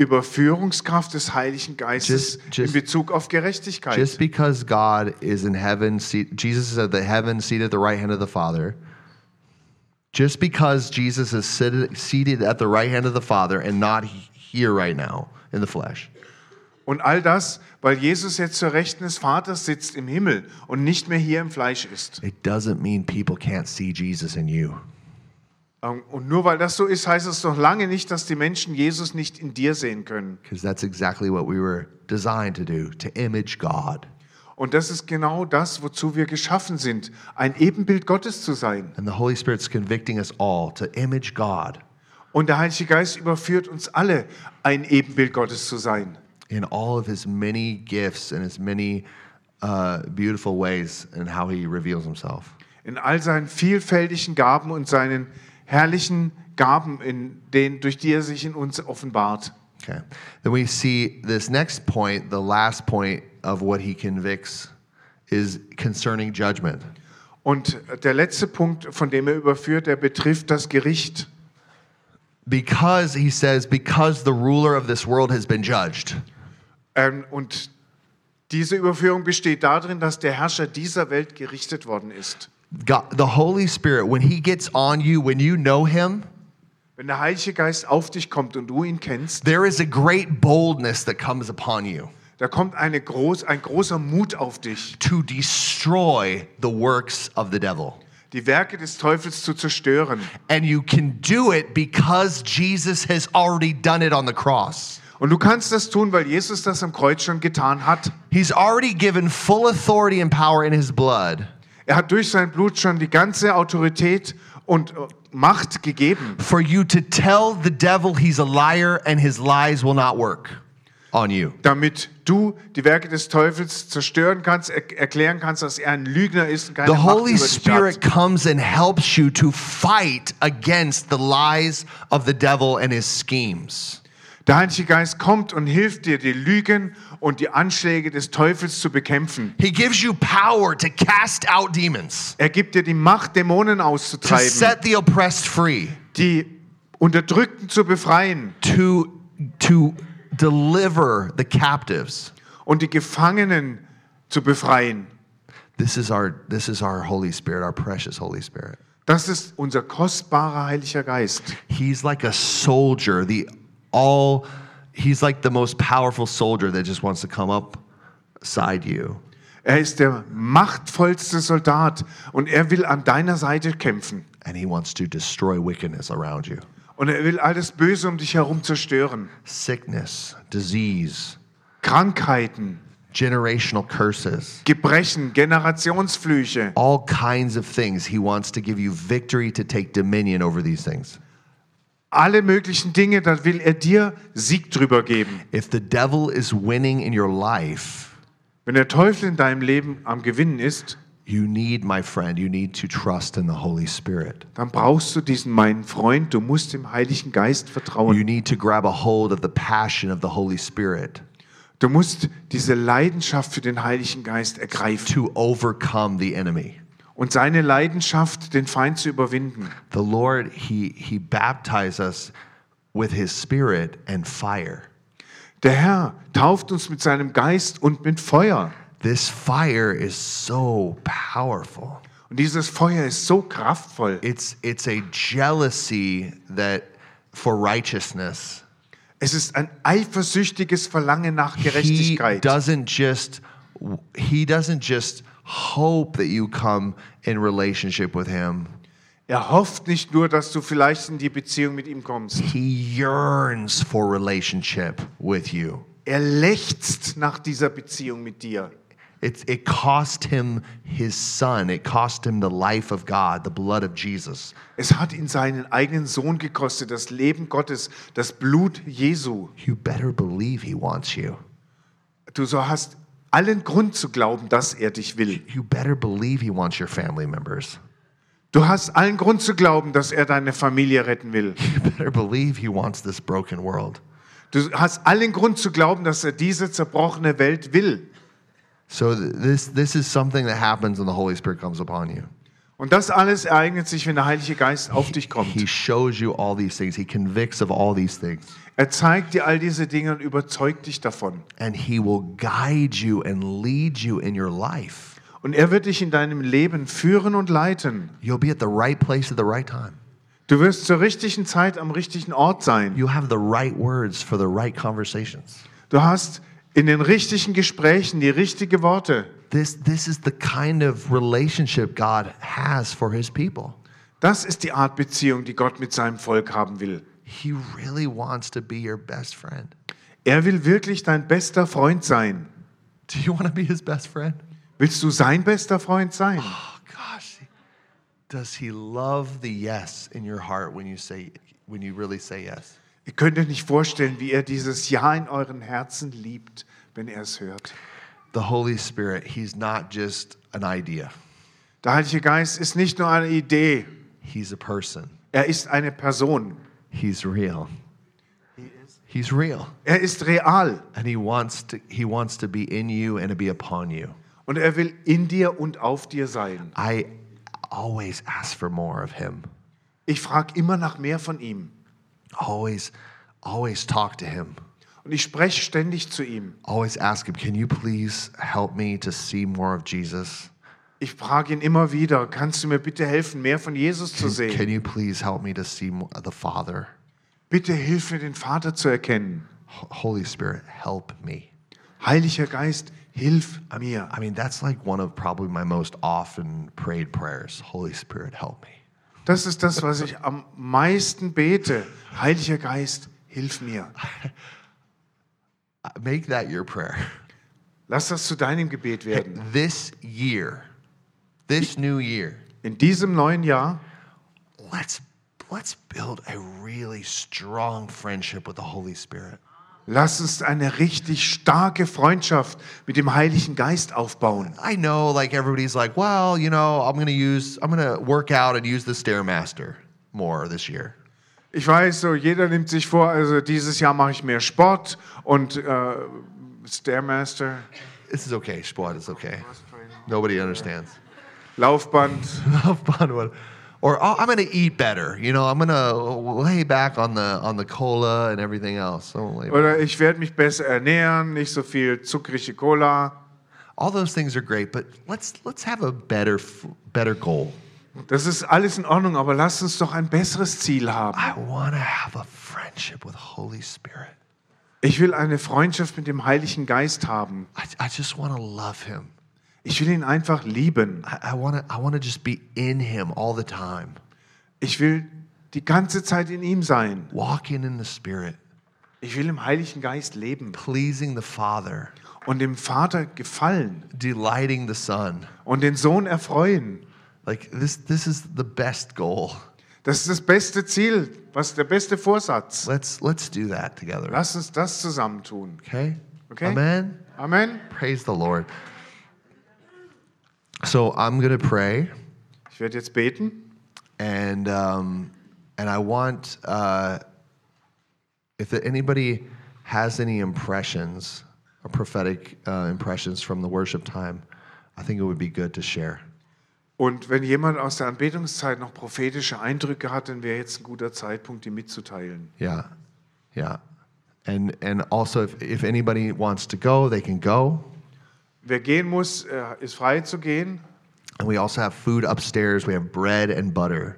Überführungskraft des Heiligen Geistes
Just- just-
in Bezug auf Gerechtigkeit.
Just because God is in heaven, seat, Jesus is at the heaven, seated at the right hand of the Father. Just because Jesus is seated, seated at the right hand of the Father and not he- here right now in the flesh,
Und all das, weil Jesus jetzt zur Rechten des Vaters sitzt im Himmel und nicht mehr hier im Fleisch ist.
it doesn't mean people can't see Jesus in you.
Ähm, Und nur weil das so ist, heißt es noch lange nicht, dass die Menschen Jesus nicht in dir sehen können.
Because that's exactly what we were designed to do to image God.
Und das ist genau das, wozu wir geschaffen sind, ein Ebenbild Gottes zu sein.
And the Holy Spirit's convicting us all to image God
Und der Heilige Geist überführt uns alle, ein Ebenbild Gottes zu sein.
in all of his many gifts and his many uh, beautiful ways and how he reveals himself.
In all seinen vielfältigen Gaben und seinen herrlichen Gaben, in denen, durch die er sich in uns offenbart.
Okay. Then we see this next point, the last point of what he convicts is concerning judgment.
Und der letzte Punkt, von dem er überführt, der betrifft das Gericht.
Because he says, because the ruler of this world has been judged.
Ähm, und diese Überführung besteht darin, dass der Herrscher dieser Welt gerichtet worden ist.
God, the Holy Spirit, when he gets on you, when you know him,
Wenn der Heilige Geist auf dich kommt und du ihn kennst,
there is a great boldness that comes upon you
da kommt eine groß, ein großer Mut auf dich,
to destroy the works of the devil.
die Werke des Teufels zu zerstören.
And you can do it because Jesus has already done it on the cross.
Und du kannst das tun, weil Jesus das am Kreuz schon getan hat.
He's already given full authority and power in his blood
Er hat durch sein Blut schon die ganze Autorität und äh, Macht gegeben,
for you to tell the devil he's a liar and his lies will not work on you.
damit du die Werke des Teufels zerstören kannst, er erklären kannst, dass er ein Lügner ist und keine
The
Macht
Holy
über dich hat.
Spirit comes and helps you to fight against the lies of the devil and his schemes.
Der Heilige Geist kommt und hilft dir, die Lügen und die Anschläge des Teufels zu bekämpfen.
He gives you power to cast out demons,
Er gibt dir die Macht, Dämonen
to
auszutreiben,
set the oppressed free,
die Unterdrückten zu befreien
to to deliver the captives.
und die Gefangenen zu befreien.
This is our this is our Holy Spirit, our precious Holy Spirit.
Das ist unser kostbarer Heiliger Geist.
He's like a soldier, the all he's like the most powerful soldier that just wants to come up side you.
Er ist der machtvollste Soldat und er will an deiner Seite kämpfen.
And he wants to destroy wickedness around you.
Und er will alles Böse um dich herum zerstören.
Sickness, disease,
Krankheiten,
generational curses,
Gebrechen, Generationsflüche,
all kinds of things. He wants to give you victory to take dominion over these things.
alle möglichen Dinge, da will er dir Sieg drüber geben.
If the devil is winning in your life,
Wenn der Teufel in deinem Leben am Gewinnen ist,
you need, my friend, you need to trust in the Holy Spirit.
dann brauchst du diesen meinen Freund, du musst dem Heiligen Geist vertrauen.
You need to grab a hold of the passion of the Holy Spirit
Du musst diese Leidenschaft für den Heiligen Geist ergreifen
to overcome the enemy.
und seine Leidenschaft, den Feind zu überwinden.
The Lord, he, he baptized us with His Spirit and fire.
Der Herr tauft uns mit seinem Geist und mit Feuer.
This fire is so powerful.
Und dieses Feuer ist so kraftvoll.
It's it's a jealousy that for righteousness.
Es ist ein eifersüchtiges Verlangen nach
He
Gerechtigkeit.
doesn't just he doesn't just hope that you come in relationship with him.
Er hofft nicht nur, dass du vielleicht in die Beziehung mit ihm kommst.
He yearns for relationship with you.
Er lechzt nach dieser Beziehung mit dir.
It, it cost him his son. It cost him the life of God, the blood of Jesus.
Es hat ihn seinen eigenen Sohn gekostet, das Leben Gottes, das Blut Jesu.
You better believe he wants you.
Du so hast allen Grund zu glauben, dass er dich will.
You better believe he wants your family members.
Du hast allen Grund zu glauben, dass er deine Familie retten will.
You better believe he wants this broken world.
Du hast allen Grund zu glauben, dass er diese zerbrochene Welt will.
So th- this this is something that happens when the Holy Spirit comes upon you.
Und das alles ereignet sich, wenn der Heilige Geist auf dich kommt.
He shows you all these things. He convicts of all these things.
Er zeigt dir all diese Dinge und überzeugt dich davon.
And he will guide you and lead you in your life.
Und er wird dich in deinem Leben führen und leiten.
You'll be at the right place at the right time.
Du wirst zur richtigen Zeit am richtigen Ort sein.
You'll have the right words for the right conversations.
Du hast in den richtigen Gesprächen die richtigen Worte.
This this is the kind of relationship God has for his people.
Das ist die Art Beziehung, die Gott mit seinem Volk haben will.
He really wants to be your best friend.
Er will wirklich dein bester Freund sein.
Do you want to be his best friend?
Willst du sein bester Freund sein?
Oh gosh. Does he love the yes in your heart when you say when you really say yes?
Ihr könnt euch nicht vorstellen, wie er dieses Ja in euren Herzen liebt, wenn er es hört.
The Holy Spirit, he's not just an idea.
Der Heilige Geist ist nicht nur eine Idee,
He's a person.
er ist eine Person.
He's real. He's real.
Er ist real
And he wants to he wants to be in you and to be upon you.
und er will in dir und auf dir sein.
I always ask for more of him.
Ich frage immer nach mehr von ihm
Always always talk to him.
und ich spreche ständig zu ihm.
Always ask him, "Can you please help me to see more of Jesus?"
Ich frage ihn immer wieder, kannst du mir bitte helfen, mehr von Jesus zu
Can
sehen?
you please help me to see more the Father?
Bitte hilf mir, den Vater zu erkennen.
H- Holy Spirit, help me.
Heiliger Geist, hilf mir.
I mean, that's like one of probably my most often prayed prayers. Holy Spirit, help me.
Das ist das, was ich am meisten bete. Heiliger Geist, hilf mir.
Uh, Make that your prayer.
Lass das zu deinem Gebet werden.
This year, this new year,
In diesem neuen Jahr
let's let's build a really strong friendship with the Holy Spirit.
lass uns eine richtig starke Freundschaft mit dem Heiligen Geist aufbauen.
I know like everybody's like, "Well, you know, I'm going to use I'm going to work out and use the Stairmaster more this year."
Ich weiß, so jeder nimmt sich vor, also dieses Jahr mache ich mehr Sport und äh, Stairmaster,
This is okay, Sport is okay. Nobody understands.
Laufband.
Love bond one. Or oh, I'm gonna eat better. You know, I'm gonna lay back on the on the cola and everything else. I won't lay back.
Oder ich werde mich besser ernähren, nicht so viel zuckrige Cola.
All those things are great, but let's let's have a better f- better goal.
Das ist alles in Ordnung, aber lass uns doch ein besseres Ziel haben.
I want to have a friendship with Holy Spirit.
Ich will eine Freundschaft mit dem Heiligen Geist haben.
I, I just want to love Him.
Ich will ihn einfach lieben.
I, I want to I want to just be in Him all the time,
Ich will die ganze Zeit in ihm sein.
walking in the Spirit,
Ich will im Heiligen Geist leben
pleasing the Father,
und dem Vater gefallen
delighting the Son.
und den Sohn erfreuen.
Like this this is the best goal.
Das ist das beste Ziel, was der beste Vorsatz.
Let's let's do that together.
Lass uns das zusammentun.
Okay?
Okay.
Amen.
Amen.
Praise the Lord. So I'm going to pray,
Ich werde jetzt beten.
and um, and I want uh, if anybody has any impressions or prophetic uh, impressions from the worship time, I think it would be good to share.
Und wenn jemand aus der Anbetungszeit noch prophetische Eindrücke hat, dann wäre jetzt ein guter Zeitpunkt, die mitzuteilen.
Yeah, yeah, and and also if if anybody wants to go, they can go.
Wer gehen muss, äh, ist frei zu gehen.
And we also have food upstairs. We have bread and butter.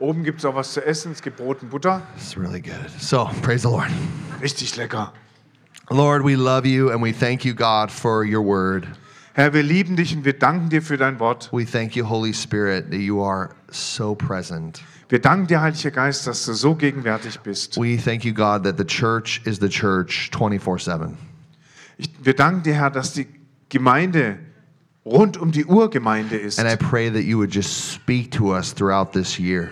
Oben gibt es auch was zu essen. Es gibt Brot und Butter.
It's really good. So praise the Lord.
Richtig lecker.
Lord, we love you and we thank you, God, for your word.
Herr, wir lieben dich und wir danken dir für dein Wort.
We thank you, Holy Spirit, that you are so present.
Wir danken dir, Heiliger Geist, dass du so gegenwärtig bist.
We thank you, God, that the church is the church 24 7.
Ich, wir danken dir, Herr, dass die Gemeinde rund um die Uhr Gemeinde ist.
And I pray that you would just speak to us throughout this year.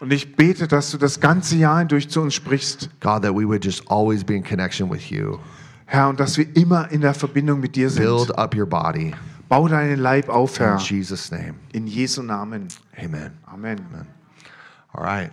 Und ich bete, dass du das ganze Jahr hindurch zu uns sprichst,
God, that we would just always be in connection with you.
Herr, und dass wir immer in der Verbindung mit dir sind.
Build up your body.
Bau deinen Leib auf,
In
Herr.
Jesus' name,
In Jesu Namen.
amen.
Amen.
All right.